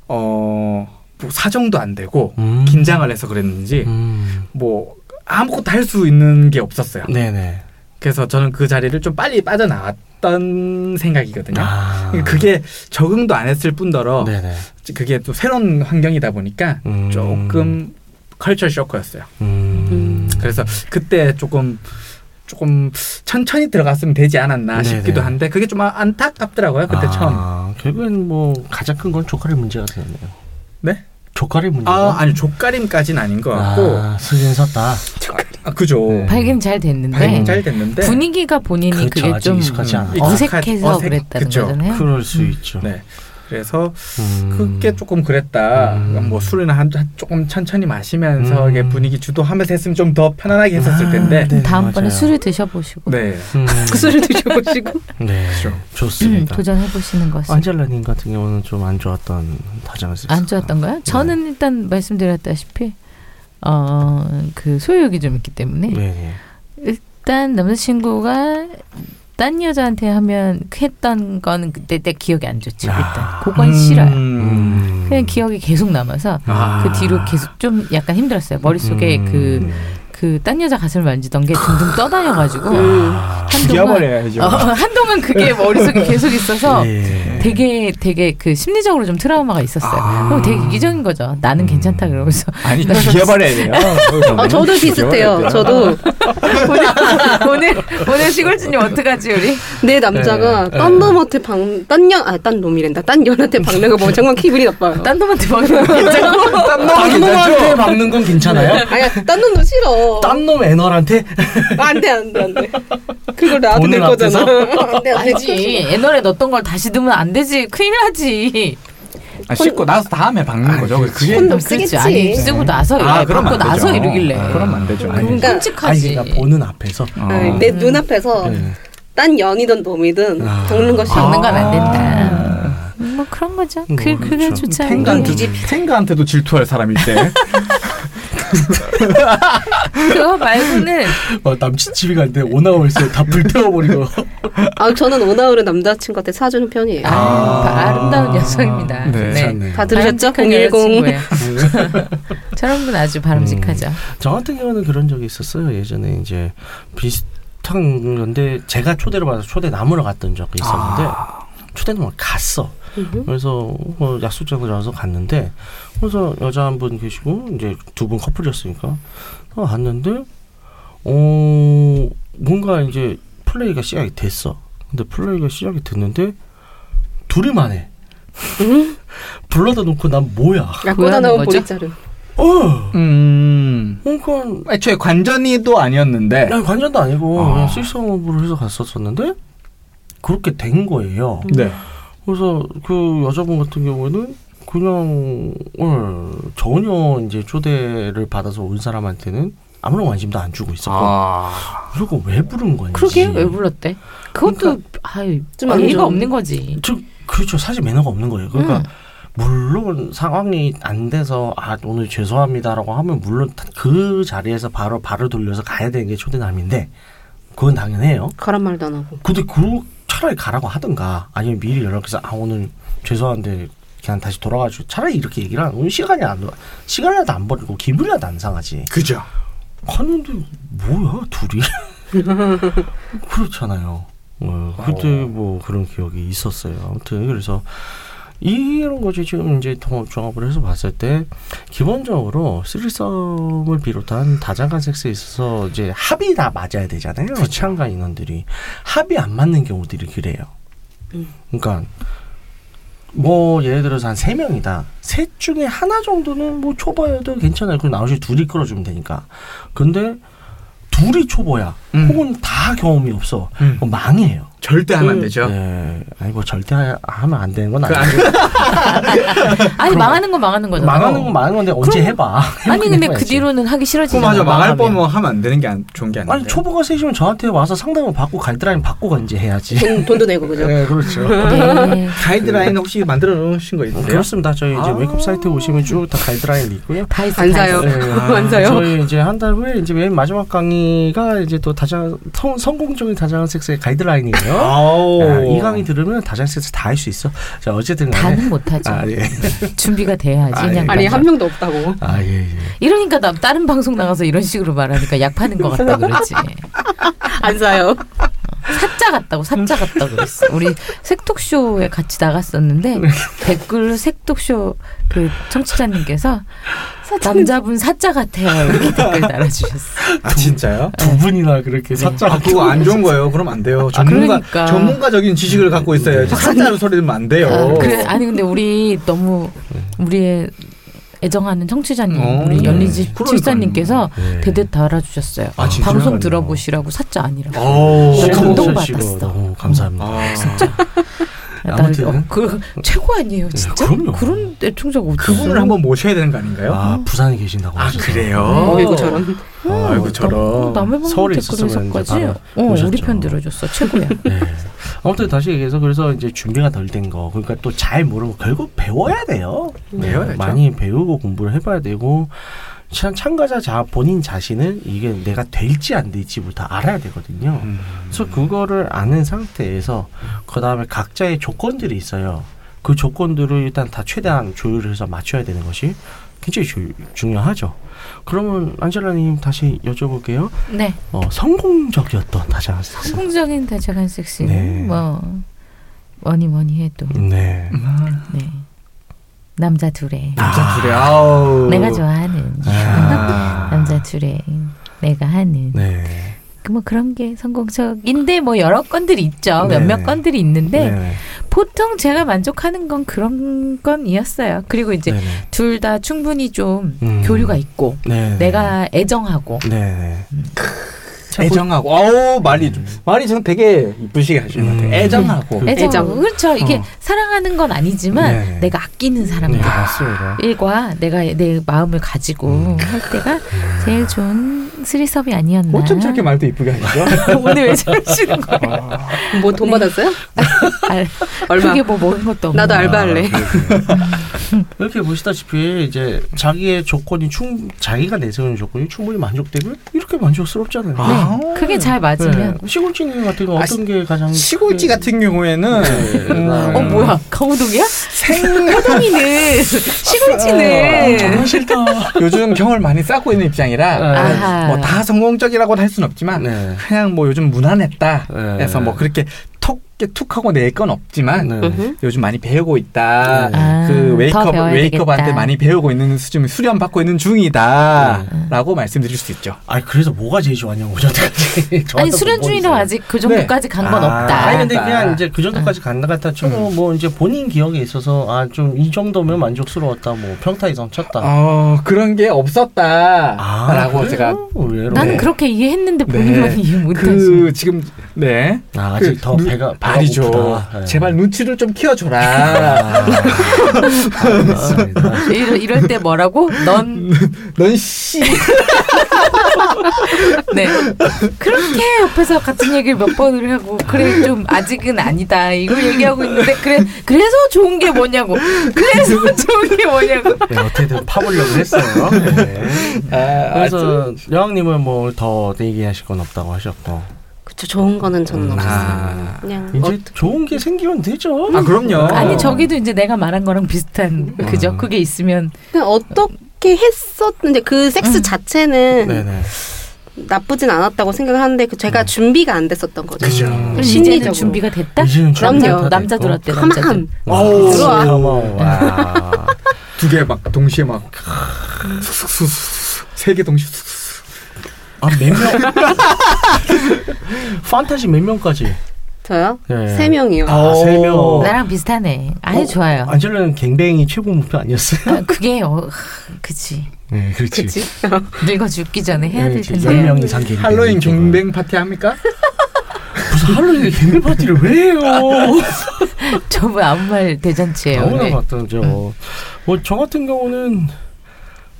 Speaker 2: 어뭐 사정도 안 되고
Speaker 4: 음.
Speaker 2: 긴장을 해서 그랬는지
Speaker 4: 음.
Speaker 2: 뭐 아무것도 할 수 있는 게 없었어요.
Speaker 4: 네네.
Speaker 2: 그래서 저는 그 자리를 좀 빨리 빠져나왔던 생각이거든요.
Speaker 4: 아.
Speaker 2: 그게 적응도 안 했을 뿐더러
Speaker 4: 네네.
Speaker 2: 그게 또 새로운 환경이다 보니까
Speaker 4: 음.
Speaker 2: 조금 컬처 쇼크였어요.
Speaker 4: 음.
Speaker 2: 그래서 그때 조금 조금 천천히 들어갔으면 되지 않았나
Speaker 4: 네네.
Speaker 2: 싶기도 한데 그게 좀 안타깝더라고요 그때
Speaker 4: 아,
Speaker 2: 처음.
Speaker 4: 결국엔 뭐 가장 큰 건 조카리 문제가 되었네요.
Speaker 2: 네?
Speaker 4: 조카리 문제가.
Speaker 2: 아 아니 족가림까지는 아닌 것 같고
Speaker 4: 아, 수진 섰다.
Speaker 2: 아, 그죠.
Speaker 4: 네.
Speaker 3: 발견 잘 됐는데.
Speaker 2: 발견 잘 됐는데
Speaker 3: 분위기가 본인이
Speaker 4: 그렇죠,
Speaker 3: 그게
Speaker 4: 아직
Speaker 3: 좀
Speaker 4: 익숙하지 않아.
Speaker 2: 음, 익숙하지-
Speaker 3: 어색해서
Speaker 2: 어색-
Speaker 3: 그랬다는
Speaker 2: 그쵸.
Speaker 3: 거잖아요.
Speaker 4: 그럴 수 있죠.
Speaker 2: 음. 네. 그래서
Speaker 4: 음.
Speaker 2: 그게 조금 그랬다.
Speaker 4: 음.
Speaker 2: 그러니까 뭐 술이나 한, 한- 조금 천천히 마시면서
Speaker 4: 음.
Speaker 2: 이게 분위기 주도하면서 했으면 좀 더 편안하게 했었을
Speaker 4: 아,
Speaker 2: 텐데.
Speaker 4: 네,
Speaker 3: 다음번에
Speaker 4: 맞아요.
Speaker 3: 술을 드셔보시고
Speaker 2: 네.
Speaker 4: 음.
Speaker 3: 술을 드셔보시고
Speaker 4: 네.
Speaker 2: 그렇죠.
Speaker 3: 음,
Speaker 4: 좋습니다.
Speaker 3: 도전해보시는 것이
Speaker 4: 안젤라님 같은 경우는 좀 안 좋았던 다정을 쓰셨어요.
Speaker 3: 안 좋았던 거요?
Speaker 4: 네.
Speaker 3: 저는 일단 말씀드렸다시피 어그 소유욕이 좀 있기 때문에
Speaker 4: 네. 네.
Speaker 3: 일단 남자친구가 딴 여자한테 하면 했던 건 그때 때 기억이 안 좋죠.
Speaker 4: 아.
Speaker 3: 일단 그건 싫어요.
Speaker 2: 음.
Speaker 4: 음.
Speaker 3: 그냥 기억이 계속 남아서
Speaker 4: 아.
Speaker 3: 그 뒤로 계속 좀 약간 힘들었어요. 머릿속에
Speaker 4: 음.
Speaker 3: 그 그 딴 여자 가슴을 만지던 게 둥둥 떠다녀가지고
Speaker 4: 아, 음.
Speaker 5: 음.
Speaker 3: 한동안
Speaker 2: 죽여버려야죠.
Speaker 3: 어, 한동안 그게 머릿속에 계속 있어서
Speaker 4: 예.
Speaker 3: 되게 되게 그 심리적으로 좀 트라우마가 있었어요.
Speaker 2: 아.
Speaker 3: 그럼 되게 이기적인 거죠. 나는
Speaker 4: 음.
Speaker 3: 괜찮다 그러면서
Speaker 2: 아니 죽여버려야 돼요.
Speaker 5: 아, 저도 비슷해요. 저도
Speaker 3: 오늘 오늘 오늘 시골주님 어떡하지 우리?
Speaker 5: 내
Speaker 4: 네,
Speaker 5: 남자가 딴 놈한테 방, 딴 년, 아, 딴 놈이란다. 딴 년한테 박는 거 보면 정말 기분이 나빠요.
Speaker 3: 딴 놈한테 방금
Speaker 4: 딴 놈한테 막는 건
Speaker 3: 네.
Speaker 4: 괜찮아요?
Speaker 5: 아니야, 딴 놈도 싫어. 아,
Speaker 4: 딴 놈 애널한테?
Speaker 3: 어.
Speaker 5: 안 돼, 안 돼, 안 돼. 그걸 나한테 낼
Speaker 4: 돈을
Speaker 5: 거잖아. 안 돼, 안 돼.
Speaker 3: 알지. 옛날에 넣었던 걸 다시 넣으면 안 되지. 큰일 나지.
Speaker 2: 아, 씻고 나서 다음에 박는 거죠. 그게
Speaker 5: 콘돔
Speaker 3: 그렇지.
Speaker 5: 쓰겠지.
Speaker 3: 아니 쓰고 나서
Speaker 2: 아,
Speaker 3: 아,
Speaker 2: 그러면 안
Speaker 3: 받고
Speaker 2: 되죠.
Speaker 3: 나서 이러길래.
Speaker 2: 아, 그러면 안 되죠. 아니,
Speaker 5: 그러니까
Speaker 4: 아니
Speaker 3: 끔찍하지.
Speaker 4: 그러니까 보는 앞에서
Speaker 2: 어.
Speaker 5: 아니, 네, 내 눈앞에서
Speaker 4: 네.
Speaker 5: 딴 년이든 놈이든
Speaker 4: 아.
Speaker 5: 박는 거 싫어.
Speaker 3: 박는 건 안 된다. 뭐 그런 거죠. 그
Speaker 4: 뭐,
Speaker 3: 그게
Speaker 4: 그렇죠.
Speaker 3: 좋지 않은
Speaker 2: 탱가한테,
Speaker 3: 거지.
Speaker 2: 탱가한테도 질투할 사람이 있대.
Speaker 3: 그거 말고는
Speaker 4: 어, 남친 집에 갔는데 오나올 다 불태워버리고
Speaker 5: 아, 저는 오나우를 남자친구한테 사주는 편이에요.
Speaker 3: 아, 아름다운 여성입니다.
Speaker 2: 네.
Speaker 4: 괜찮네.
Speaker 5: 다 들으셨죠?
Speaker 3: 바람직한
Speaker 5: 010.
Speaker 3: 아, 여자친구예요. 저런 분 아주 바람직하죠.
Speaker 4: 저 같은 경우는 그런 적이 있었어요. 예전에 이제 비슷한 건데 제가 초대를 받아서 초대 나무러 갔던 적이 있었는데 초대는 뭐 갔어. 그래서 뭐 약속장을 잡아서 갔는데 그래서 여자 한 분 계시고 이제 두 분 커플이었으니까 어, 갔는데 어 뭔가 이제 플레이가 시작이 됐어. 근데 플레이가 시작이 됐는데 둘이만 해. 불러다 놓고 난 뭐야?
Speaker 5: 아, 꼬다 나온
Speaker 3: 뭐하는 거죠?
Speaker 5: 보리자루.
Speaker 4: 어,
Speaker 2: 음.
Speaker 4: 그러니까
Speaker 2: 애초에 관전이도 아니었는데.
Speaker 4: 네, 아니 관전도 아니고
Speaker 2: 아.
Speaker 4: 그냥 실성업으로 해서 갔었었는데 그렇게 된 거예요.
Speaker 2: 네.
Speaker 4: 그래서 그 여자분 같은 경우에는 그냥 어, 전혀 이제 초대를 받아서 온 사람한테는 아무런 관심도 안 주고 있었고
Speaker 2: 아.
Speaker 4: 이러고 왜 부른 건지
Speaker 3: 그러게 왜 불렀대? 그것도 아유
Speaker 5: 좀안
Speaker 3: 예의가
Speaker 5: 좋은-
Speaker 3: 없는 거지.
Speaker 4: 저, 그렇죠 사실 매너가 없는 거예요 그러니까
Speaker 3: 음.
Speaker 4: 물론 상황이 안 돼서 아 오늘 죄송합니다라고 하면 물론 그 자리에서 바로 발을 돌려서 가야 되는 게 초대남인데 그건 당연해요
Speaker 5: 가란 말도 안 하고.
Speaker 4: 근데 그 차라리 가라고 하든가 아니면 미리 연락해서 아 오늘 죄송한데 그냥 다시 돌아가지고 차라리 이렇게 얘기를 하면 오늘 시간이 안 돌아 시간이라도 안 버리고 기분이라도 안 상하지
Speaker 2: 그죠.
Speaker 4: 하는데 뭐야 둘이 그렇잖아요 어, 그때 뭐 그런 기억이 있었어요 아무튼 그래서 이런 거지 지금 이제 통합 종합을 해서 봤을 때 기본적으로 쓰리썸을 비롯한 다장간 섹스에 있어서 이제 합이 다 맞아야 되잖아요 취향과 인원들이 합이 안 맞는 경우들이 그래요 그러니까 뭐 예를 들어서 한 세 명이다. 셋 중에 하나 정도는 뭐 초보여도 괜찮아요. 그럼 나머지 둘이 끌어주면 되니까. 근데 둘이 초보야.
Speaker 2: 음.
Speaker 4: 혹은 다 경험이 없어.
Speaker 2: 음.
Speaker 4: 그럼 망해요.
Speaker 2: 절대 하면 안 되죠.
Speaker 4: 네. 아니 뭐 절대 하- 하면 안 되는 건
Speaker 2: 그
Speaker 4: 아니고
Speaker 3: 아니 망하는 건 망하는 거잖아.
Speaker 4: 망하는 건 망하는 건데 언제
Speaker 3: 그럼-
Speaker 4: 해봐.
Speaker 3: 아니 근데 그
Speaker 4: 해봐야지.
Speaker 3: 뒤로는 하기
Speaker 2: 그거
Speaker 3: 싫어지잖아.
Speaker 2: 맞아. 망할
Speaker 4: 망하면.
Speaker 2: 뻔뭐 하면 안 되는 게 안, 좋은 게 아닌데.
Speaker 4: 아니 초보가 셋이면 저한테 와서 상담을 받고 가이드라인 받고 간지 해야지.
Speaker 5: 돈, 돈도 내고, 그죠?
Speaker 4: 네 그렇죠.
Speaker 3: 네.
Speaker 2: 가이드라인 혹시 만들어 놓으신 거 있으세요?
Speaker 4: 아, 그렇습니다. 저희 이제 웨이크업 사이트 오시면 쭉 다 가이드라인 있고요.
Speaker 3: 다 있어.
Speaker 5: 안
Speaker 3: 다
Speaker 5: 사요.
Speaker 3: 있어.
Speaker 4: 네,
Speaker 5: 안 사요.
Speaker 4: 저희 이제 한 달 후에 이제 맨 마지막 강의가 이제 또 다자 성, 성공적인 다자간 섹스의 가이드라인이에요.
Speaker 2: 아오.
Speaker 4: 아, 이 강의 들으면 다자간 섹스 다 할 수 있어. 자 어쨌든 간에
Speaker 3: 다는 못하지.
Speaker 4: 아 예.
Speaker 3: 준비가 돼야지.
Speaker 4: 아,
Speaker 3: 그냥
Speaker 4: 예.
Speaker 5: 아니,
Speaker 3: 맞아.
Speaker 5: 한 명도 없다고.
Speaker 4: 아 예. 예.
Speaker 3: 이러니까 나 다른 방송 나가서 이런 식으로 말하니까 약 파는 것 같다 그랬지.
Speaker 5: 안 사요.
Speaker 3: 사짜 같다고 사짜 같다 그랬어. 우리 색톡쇼에 같이 나갔었는데 댓글로 색톡쇼 그 청취자님께서 남자분 사짜 같아요 이렇게 댓글 달아주셨어.
Speaker 2: 아 진짜요?
Speaker 4: 두 분이나 그렇게 사짜
Speaker 2: 아, 그거 안 좋은 거예요. 그럼 안 돼요.
Speaker 3: 아,
Speaker 2: 전문가
Speaker 3: 그러니까. 음.
Speaker 2: 전문가적인 지식을 갖고 있어요. 사짜는 소리 들으면 안 돼요.
Speaker 3: 아, 그래 아니 근데 우리 너무 우리의 애정하는 청취자님
Speaker 2: 어,
Speaker 3: 우리
Speaker 2: 네.
Speaker 3: 연리집
Speaker 2: 그러니까요.
Speaker 3: 청취자님께서
Speaker 4: 네.
Speaker 3: 대대 달아주셨어요.
Speaker 2: 아, 진짜요?
Speaker 3: 방송 들어보시라고 사짜 아니라고.
Speaker 2: 오.
Speaker 3: 나 감동받았어.
Speaker 4: 너무 감사합니다.
Speaker 2: 아.
Speaker 3: 나-
Speaker 4: 아무튼.
Speaker 3: 어, 그 최고 아니에요, 진짜?
Speaker 4: 그럼요.
Speaker 3: 런 애청자가 어디
Speaker 2: 그분을 한번 모셔야 되는 거 아닌가요?
Speaker 4: 아 부산에 계신다고.
Speaker 2: 아,
Speaker 4: 하셔서.
Speaker 2: 그래요?
Speaker 5: 아이고 저런.
Speaker 3: 어,
Speaker 2: 아이고, 저런.
Speaker 3: 남의 보는
Speaker 4: 서울에 있었으면 이제
Speaker 3: 댓글에서까지
Speaker 4: 바로
Speaker 3: 어, 우리
Speaker 4: 오셨죠.
Speaker 3: 편 들어줬어 최고야.
Speaker 4: 네. 아무튼 다시 얘기해서 그래서 이제 준비가 덜 된 거. 그러니까 또 잘 모르고 결국 배워야 돼요. 네.
Speaker 2: 배워야죠.
Speaker 4: 많이 배우고 공부를 해봐야 되고 참 참가자 자 본인 자신은 이게 내가 될지 안 될지부터 알아야 되거든요.
Speaker 2: 음.
Speaker 4: 그래서 그거를 아는 상태에서 그 다음에 각자의 조건들이 있어요. 그 조건들을 일단 다 최대한 조율을 해서 맞춰야 되는 것이 굉장히 주- 중요하죠. 그러면 안젤라님 다시 여쭤볼게요.
Speaker 3: 네,
Speaker 4: 어, 성공적이었던 다자간 섹스.
Speaker 3: 성공적인 다자간 섹스.
Speaker 4: 네.
Speaker 3: 뭐 뭐니 뭐니 해도
Speaker 4: 네.
Speaker 2: 아,
Speaker 3: 네. 남자 둘에
Speaker 2: 남자 둘이 아우.
Speaker 3: 내가 좋아하는
Speaker 2: 아.
Speaker 3: 남자 둘에 내가 하는
Speaker 4: 네.
Speaker 3: 그뭐 그런 게 성공적인데 뭐 여러 건들이 있죠.
Speaker 4: 네.
Speaker 3: 몇몇 건들이 있는데
Speaker 4: 네.
Speaker 3: 보통 제가 만족하는 건 그런 건이었어요. 그리고 이제
Speaker 4: 네.
Speaker 3: 둘 다 충분히 좀
Speaker 4: 음.
Speaker 3: 교류가 있고
Speaker 4: 네.
Speaker 3: 내가 애정하고
Speaker 4: 네.
Speaker 2: 애정하고 아우 말이 좀 말이 좀 되게 이쁘시게 하시는 것
Speaker 4: 음.
Speaker 2: 같아요. 애정하고
Speaker 3: 애정하고 그렇죠. 이게
Speaker 2: 어.
Speaker 3: 사랑하는 건 아니지만
Speaker 4: 네.
Speaker 3: 내가 아끼는
Speaker 4: 네,
Speaker 3: 사람들
Speaker 4: 맞습니다.
Speaker 3: 일과 내가 내 마음을 가지고 할 때가 제일 좋은 스리섭이 아니었나.
Speaker 2: 음.
Speaker 3: 네.
Speaker 2: 어쩜 저렇게 말도 이쁘게 하시죠?
Speaker 3: 오늘 왜 저러시는 거예요?
Speaker 5: 뭐 돈 받았어요?
Speaker 3: 알,
Speaker 5: 얼마?
Speaker 3: 그게 뭐 먹은 것도 없고.
Speaker 5: 나도 알바할래.
Speaker 4: 아, 네, 이렇게 보시다시피 이제 자기의 조건이 충 자기가 내세우는 조건이 충분히 만족되면 이렇게 만족스럽잖아요.
Speaker 3: 네,
Speaker 2: 아.
Speaker 3: 그게 잘 맞으면.
Speaker 4: 네. 시골지님 같은 거
Speaker 2: 아,
Speaker 4: 어떤 게 가장
Speaker 2: 시골지
Speaker 4: 크게-
Speaker 2: 같은 경우에는 음,
Speaker 3: 어 뭐야 음. 강호동이야?
Speaker 2: 생
Speaker 3: 호동이는 어,
Speaker 2: 음.
Speaker 3: 시골치는
Speaker 2: 싫다. 네. 요즘 경험을 많이 쌓고 있는 입장이라
Speaker 3: 네. 아하.
Speaker 2: 뭐 다 성공적이라고는 할 수는 없지만
Speaker 4: 네.
Speaker 2: 그냥 뭐 요즘 무난했다
Speaker 4: 네.
Speaker 2: 해서 뭐 그렇게 톡 이렇게 툭하고 낼 건 없지만
Speaker 4: 네.
Speaker 5: 음흠.
Speaker 2: 요즘 많이 배우고 있다.
Speaker 4: 네.
Speaker 3: 아,
Speaker 2: 그
Speaker 3: 더
Speaker 2: 웨이크업
Speaker 3: 배워야
Speaker 2: 웨이크업한테
Speaker 3: 되겠다.
Speaker 2: 많이 배우고 있는 수준 수련 받고 있는
Speaker 3: 네.
Speaker 2: 중이다라고 말씀드릴 수 있죠.
Speaker 4: 아니 그래서 뭐가 제일 좋았냐고 저한테 뭐
Speaker 3: 아니 수련 중이라고 아직 그 정도까지 간 건
Speaker 2: 뭐 아,
Speaker 3: 없다.
Speaker 4: 아니 근데 그냥 이제 그 정도까지 간다 같다 쳐도 뭐 이제 본인 기억에 있어서 아 좀 이 정도면 만족스러웠다 뭐 평타 이상 쳤다
Speaker 3: 아.
Speaker 2: 어 그런 게 없었다라고
Speaker 4: 아, 그래요?
Speaker 2: 제가
Speaker 4: 의외로
Speaker 3: 나는
Speaker 2: 네.
Speaker 3: 그렇게 이해했는데 본인만
Speaker 2: 네.
Speaker 3: 이해 못하시고
Speaker 2: 그 지금 네
Speaker 4: 아, 아직 더
Speaker 2: 누-
Speaker 4: 배가 배가
Speaker 2: 아니죠.
Speaker 4: 고프다. 네. 아.
Speaker 2: 제발 눈치를 좀 키워줘라.
Speaker 4: 알겠습니다.
Speaker 3: 이럴, 이럴 때 뭐라고? 넌
Speaker 2: 넌 씨.
Speaker 3: 네. 그렇게 옆에서 같은 얘기를 몇 번을 하고 그래 좀 아직은 아니다 이거 얘기하고 있는데 그래 그래서 좋은 게 뭐냐고 그래서 좋은 게 뭐냐고
Speaker 4: 네, 어떻게든 파보려고 했어요. 네.
Speaker 2: 아, 아주-
Speaker 4: 그래서 여왕님은 뭐 더 얘기하실 건 없다고 하셨고
Speaker 5: 그쵸 좋은 거는 저는
Speaker 2: 음,
Speaker 5: 없었어요.
Speaker 2: 아.
Speaker 5: 그냥
Speaker 4: 이제
Speaker 5: 어,
Speaker 4: 좋은 게 생기면 되죠.
Speaker 2: 아 그럼요.
Speaker 4: 어.
Speaker 3: 아니 저기도 이제 내가 말한 거랑 비슷한 그죠 그게 있으면
Speaker 5: 그냥 어떻게 했었는데 그 섹스 자체는
Speaker 4: 음. 네네. 음.
Speaker 5: 나쁘진 않았다고 생각을 하는데 그 제가 준비가 안 됐었던 거죠. 음.
Speaker 4: 그죠.
Speaker 5: 그럼
Speaker 3: 이제는
Speaker 5: 심리적으로.
Speaker 3: 준비가 됐다
Speaker 4: 음. 이제는
Speaker 5: 그럼요.
Speaker 4: 준비가 다
Speaker 3: 남자
Speaker 4: 됐고.
Speaker 3: 들었대 아. 남자들
Speaker 5: 가만.
Speaker 2: 어우,
Speaker 5: 들어와.
Speaker 4: 고마워. 아, 와.
Speaker 2: 두 개 막 동시에 막 세 개 동시에 쑥쑥.
Speaker 4: 아, 몇 명? 판타지 몇 명까지?
Speaker 5: 저요?
Speaker 4: 네.
Speaker 5: 세 명이요.
Speaker 4: 아, 세 명.
Speaker 3: 나랑 비슷하네 아주
Speaker 4: 어,
Speaker 3: 좋아요
Speaker 4: 안젤라는 갱뱅이 최고 목표 아니었어요?
Speaker 3: 아, 그게 어 하, 그치
Speaker 4: 네, 그렇지.
Speaker 5: 그치?
Speaker 3: 늙어 죽기 전에 해야 될 텐데
Speaker 4: 네, 명 이상 갱뱅.
Speaker 2: 할로윈 경뱅 파티 합니까?
Speaker 4: 무슨 할로윈 갱뱅 파티를 왜 해요?
Speaker 3: 저분 아무 말 대잔치예요
Speaker 4: 너무나
Speaker 3: 네.
Speaker 4: 같은 저. 뭐 저 같은 경우는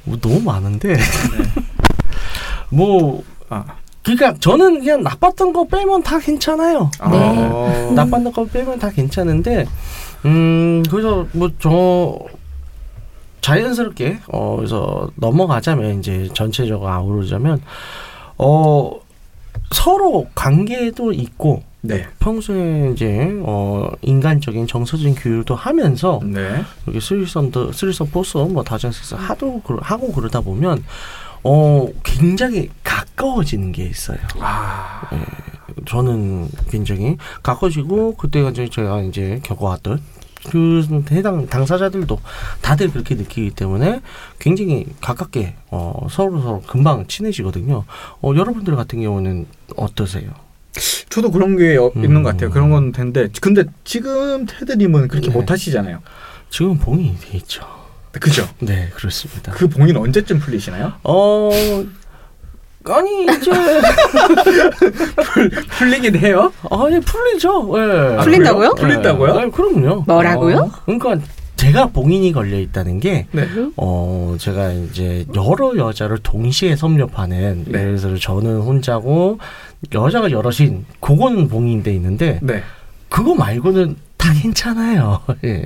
Speaker 4: 뭐 너무 많은데. 뭐
Speaker 2: 아.
Speaker 4: 그러니까 저는 그냥 나빴던 거 빼면 다 괜찮아요.
Speaker 3: 네.
Speaker 2: 어.
Speaker 4: 음. 나빴던 거 빼면 다 괜찮은데 음 그래서 뭐 저 자연스럽게 어 그래서 넘어가자면 이제 전체적으로 아우르자면 어 서로 관계도 있고
Speaker 2: 네.
Speaker 4: 평소에 이제 어 인간적인 정서적인 교류도 하면서
Speaker 2: 네.
Speaker 4: 여기 스리선도 스리선 포스 뭐 다전섹스 하도 그러- 하고 그러다 보면 어 굉장히 가까워지는 게 있어요.
Speaker 2: 아.
Speaker 4: 저는 굉장히 가까워지고 그때가 이제 제가 이제 겪어왔던 그 해당 당사자들도 다들 그렇게 느끼기 때문에 굉장히 가깝게 어, 서로 서로 금방 친해지거든요. 어, 여러분들 같은 경우는 어떠세요?
Speaker 2: 저도 그런 게 어-
Speaker 4: 음.
Speaker 2: 있는 것 같아요. 그런 건 텐데 근데 지금 테드님은 그렇게
Speaker 4: 네.
Speaker 2: 못 하시잖아요.
Speaker 4: 지금 봉인이 돼 있죠.
Speaker 2: 그죠?
Speaker 4: 네 그렇습니다.
Speaker 2: 그 봉인 언제쯤 풀리시나요?
Speaker 4: 어 아니 이제
Speaker 6: 풀리긴 해요?
Speaker 4: 아니 풀리죠. 예.
Speaker 6: 아, 그래요?
Speaker 7: 풀린다고요? 네.
Speaker 6: 풀린다고요?
Speaker 4: 아, 그럼요.
Speaker 7: 뭐라고요?
Speaker 4: 어, 그러니까 제가 봉인이 걸려 있다는 게
Speaker 6: 네.
Speaker 4: 어, 제가 이제 여러 여자를 동시에 섭렵하는
Speaker 6: 네.
Speaker 4: 예를 들어 저는 혼자고 여자가 여럿인 그거는 봉인돼 있는데
Speaker 6: 네.
Speaker 4: 그거 말고는 다 괜찮아요. 예.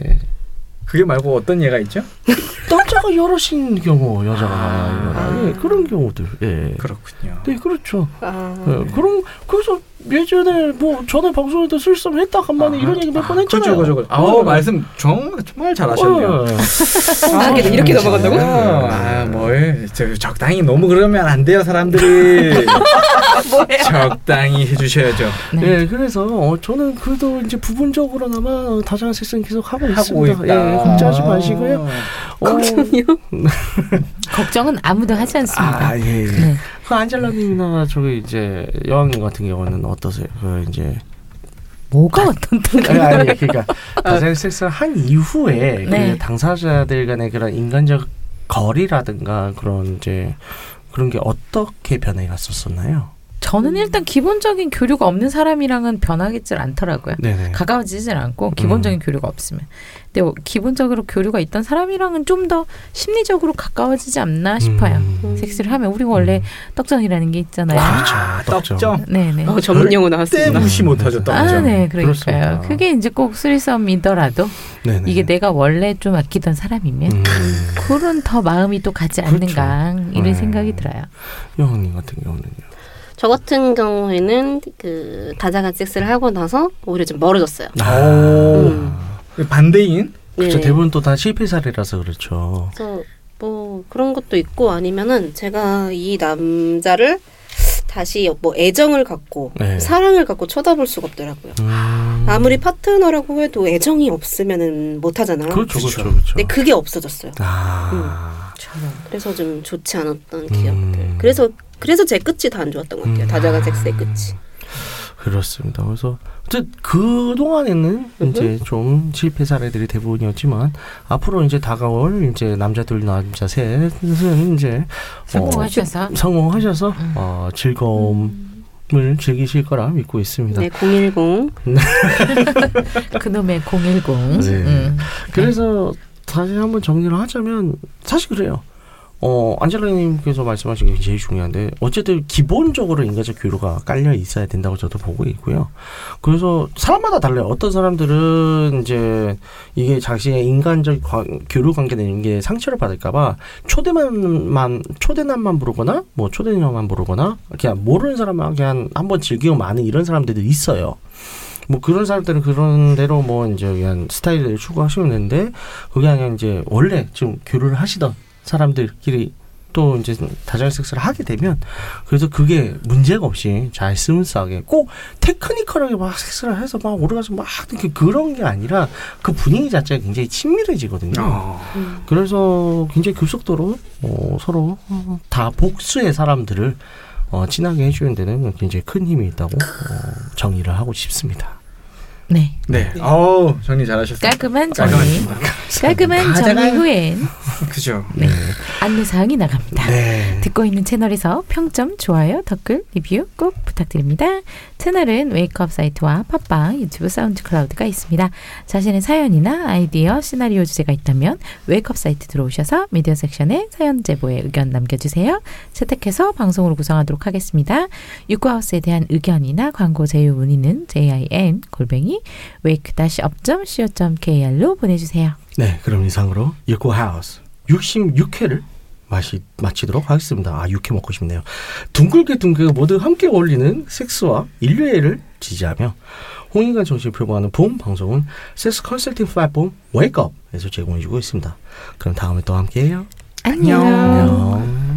Speaker 6: 그게 말고 어떤 예가 있죠?
Speaker 4: 남자가 여럿인 경우 여자가
Speaker 6: 아.
Speaker 4: 여럿. 예, 그런 경우들. 예.
Speaker 2: 그렇군요.
Speaker 4: 네, 그렇죠.
Speaker 7: 아.
Speaker 4: 예,
Speaker 6: 네.
Speaker 4: 그럼 그래서 예전에 뭐 저는 방송에도 실수했다 간만에 이런 얘기 몇 번
Speaker 6: 그죠,
Speaker 4: 했잖아요.
Speaker 6: 그죠, 그죠.
Speaker 4: 어,
Speaker 6: 아우, 말씀 정말, 정말 잘하셨네요.
Speaker 4: 예.
Speaker 2: 아,
Speaker 7: 이렇게, 이렇게 넘어간다고?
Speaker 6: 아, 뭐해. 저, 적당히 너무 그러면 안 돼요, 사람들이. 적당히 해주셔야죠.
Speaker 4: 예, 그래서 어, 저는 그래도 이제 부분적으로나마 어, 다자간 섹스는 계속 하고
Speaker 6: 하고
Speaker 4: 있습니다. 어.
Speaker 6: 있다.
Speaker 4: 예, 걱정하지 마시고요.
Speaker 2: 아,
Speaker 4: 걱정이요?
Speaker 3: 걱정은 아무도 하지 않습니다.
Speaker 4: 아, 예. 예.
Speaker 3: 네.
Speaker 4: 그 안젤라님이나 저기 이제 여왕님 같은 경우는 어떠세요? 그 이제
Speaker 3: 뭐가 어떤
Speaker 4: 아니, 아니 그러니까 다자간 섹스를 한 이후에
Speaker 3: 네.
Speaker 4: 그 당사자들 간의 그런 인간적 거리라든가 그런 이제 그런 게 어떻게 변해갔었었나요?
Speaker 3: 저는
Speaker 4: 음.
Speaker 3: 일단 기본적인 교류가 없는 사람이랑은 변하겠질 않더라고요.
Speaker 4: 네네.
Speaker 3: 가까워지질 않고
Speaker 4: 음.
Speaker 3: 기본적인 교류가 없으면. 근데 뭐 기본적으로 교류가 있던 사람이랑은 좀 더 심리적으로 가까워지지 않나 싶어요.
Speaker 4: 음.
Speaker 3: 섹스를 하면 우리 원래 떡정이라는 게 있잖아요.
Speaker 4: 아,
Speaker 2: 떡정.
Speaker 3: 네네.
Speaker 7: 어, 전문 용어 나왔습니다.
Speaker 4: 네.
Speaker 2: 때 무시 못하죠, 떡정.
Speaker 3: 아, 네,
Speaker 4: 그렇습니다.
Speaker 3: 그러니까요. 그게 이제 꼭 쓰리썸이더라도
Speaker 4: 네네.
Speaker 3: 이게 내가 원래 좀 아끼던 사람이면
Speaker 4: 음.
Speaker 3: 그런 더 마음이 또 가지
Speaker 4: 그렇죠.
Speaker 3: 않는가 이런
Speaker 4: 네.
Speaker 3: 생각이 들어요.
Speaker 4: 여왕님 같은 경우는요.
Speaker 5: 저 같은 경우에는 그 다자간 섹스를 하고 나서 오히려 좀 멀어졌어요.
Speaker 4: 아.
Speaker 2: 오.
Speaker 5: 음.
Speaker 2: 그 반대인?
Speaker 4: 그렇죠.
Speaker 5: 네.
Speaker 4: 대부분 또 다 실패 사례라서 그렇죠.
Speaker 5: 그래서 뭐 그런 것도 있고 아니면은 제가 이 남자를 다시 뭐 애정을 갖고
Speaker 4: 네.
Speaker 5: 사랑을 갖고 쳐다볼 수가 없더라고요.
Speaker 4: 음.
Speaker 5: 아무리 파트너라고 해도 애정이 없으면은 못 하잖아요.
Speaker 4: 그렇죠, 그렇죠, 그렇죠.
Speaker 5: 근데 네, 그게 없어졌어요.
Speaker 4: 아,
Speaker 5: 그래서 좀 좋지 않았던
Speaker 4: 음.
Speaker 5: 기억들. 그래서 그래서 제 끝이 다 안 좋았던 것 같아요.
Speaker 4: 음.
Speaker 5: 다자간 섹스의 끝이.
Speaker 4: 그렇습니다. 그래서 어쨌든 그 동안에는 이제 좀 실패 사례들이 대부분이었지만 앞으로 이제 다가올 이제 남자 둘 남자 셋은 이제
Speaker 3: 성공하셔서
Speaker 4: 어, 성공하셔서 어, 즐거움을 즐기실 거라 믿고 있습니다.
Speaker 5: 네, 010.
Speaker 3: 그놈의 010.
Speaker 4: 네.
Speaker 3: 음.
Speaker 4: 그래서 다시 한번 정리를 하자면 사실 그래요. 어 안젤라님께서 말씀하신 게 제일 중요한데 어쨌든 기본적으로 인간적 교류가 깔려 있어야 된다고 저도 보고 있고요. 그래서 사람마다 달라요. 어떤 사람들은 이제 이게 자신의 인간적 관- 교류 관계는 게 상처를 받을까봐 초대만만 초대남만 부르거나 뭐 초대녀만 부르거나 그냥 모르는 사람만 그냥 한번 즐기고 마는 이런 사람들도 있어요. 뭐 그런 사람들은 그런 대로 뭐 이제 그냥 스타일을 추구하시면 되는데 그게 아니라 이제 원래 좀 교류를 하시던 사람들끼리 또 이제 다자연 섹스를 하게 되면 그래서 그게 문제가 없이 잘 스무스하게 꼭 테크니컬하게 막 섹스를 해서 막 오르가서 막 이렇게 그런 게 아니라 그 분위기 자체가 굉장히 친밀해지거든요.
Speaker 2: 어.
Speaker 4: 그래서 굉장히 급속도로 어, 서로 어, 다 복수의 사람들을 어, 친하게 해주는 데는 굉장히 큰 힘이 있다고 어, 정의를 하고 싶습니다.
Speaker 3: 네.
Speaker 2: 네. 어우, 정리 잘하셨어요.
Speaker 3: 깔끔한
Speaker 2: 깔끔한
Speaker 3: 정리. 깔끔한 정리 후엔
Speaker 2: 그죠.
Speaker 3: 안내사항이 나갑니다.
Speaker 4: 네.
Speaker 3: 듣고 있는 채널에서 평점, 좋아요, 댓글, 리뷰 꼭 부탁드립니다. 채널은 웨이크업 사이트와 팟빵, 유튜브 사운드 클라우드가 있습니다. 자신의 사연이나 아이디어, 시나리오 주제가 있다면 웨이크업 사이트 들어오셔서 미디어 섹션에 사연 제보에 의견 남겨주세요. 채택해서 방송으로 구성하도록 하겠습니다. 유쿠하우스에 대한 의견이나 광고 제휴 문의는 jim 골뱅이 wake-up.co.kr로 보내주세요.
Speaker 4: 네, 그럼 이상으로 육구 하우스 66회를 마시, 마치도록 하겠습니다. 아, 육회 먹고 싶네요. 둥글게 둥글게 모두 함께 어울리는 섹스와 인류애를 지지하며 홍인간 정신을 표방하는 봄 방송은 섹스 컨설팅 플랫폼 웨이크업에서 제공해주고 있습니다. 그럼 다음에 또 함께해요.
Speaker 3: 안녕.
Speaker 4: 안녕.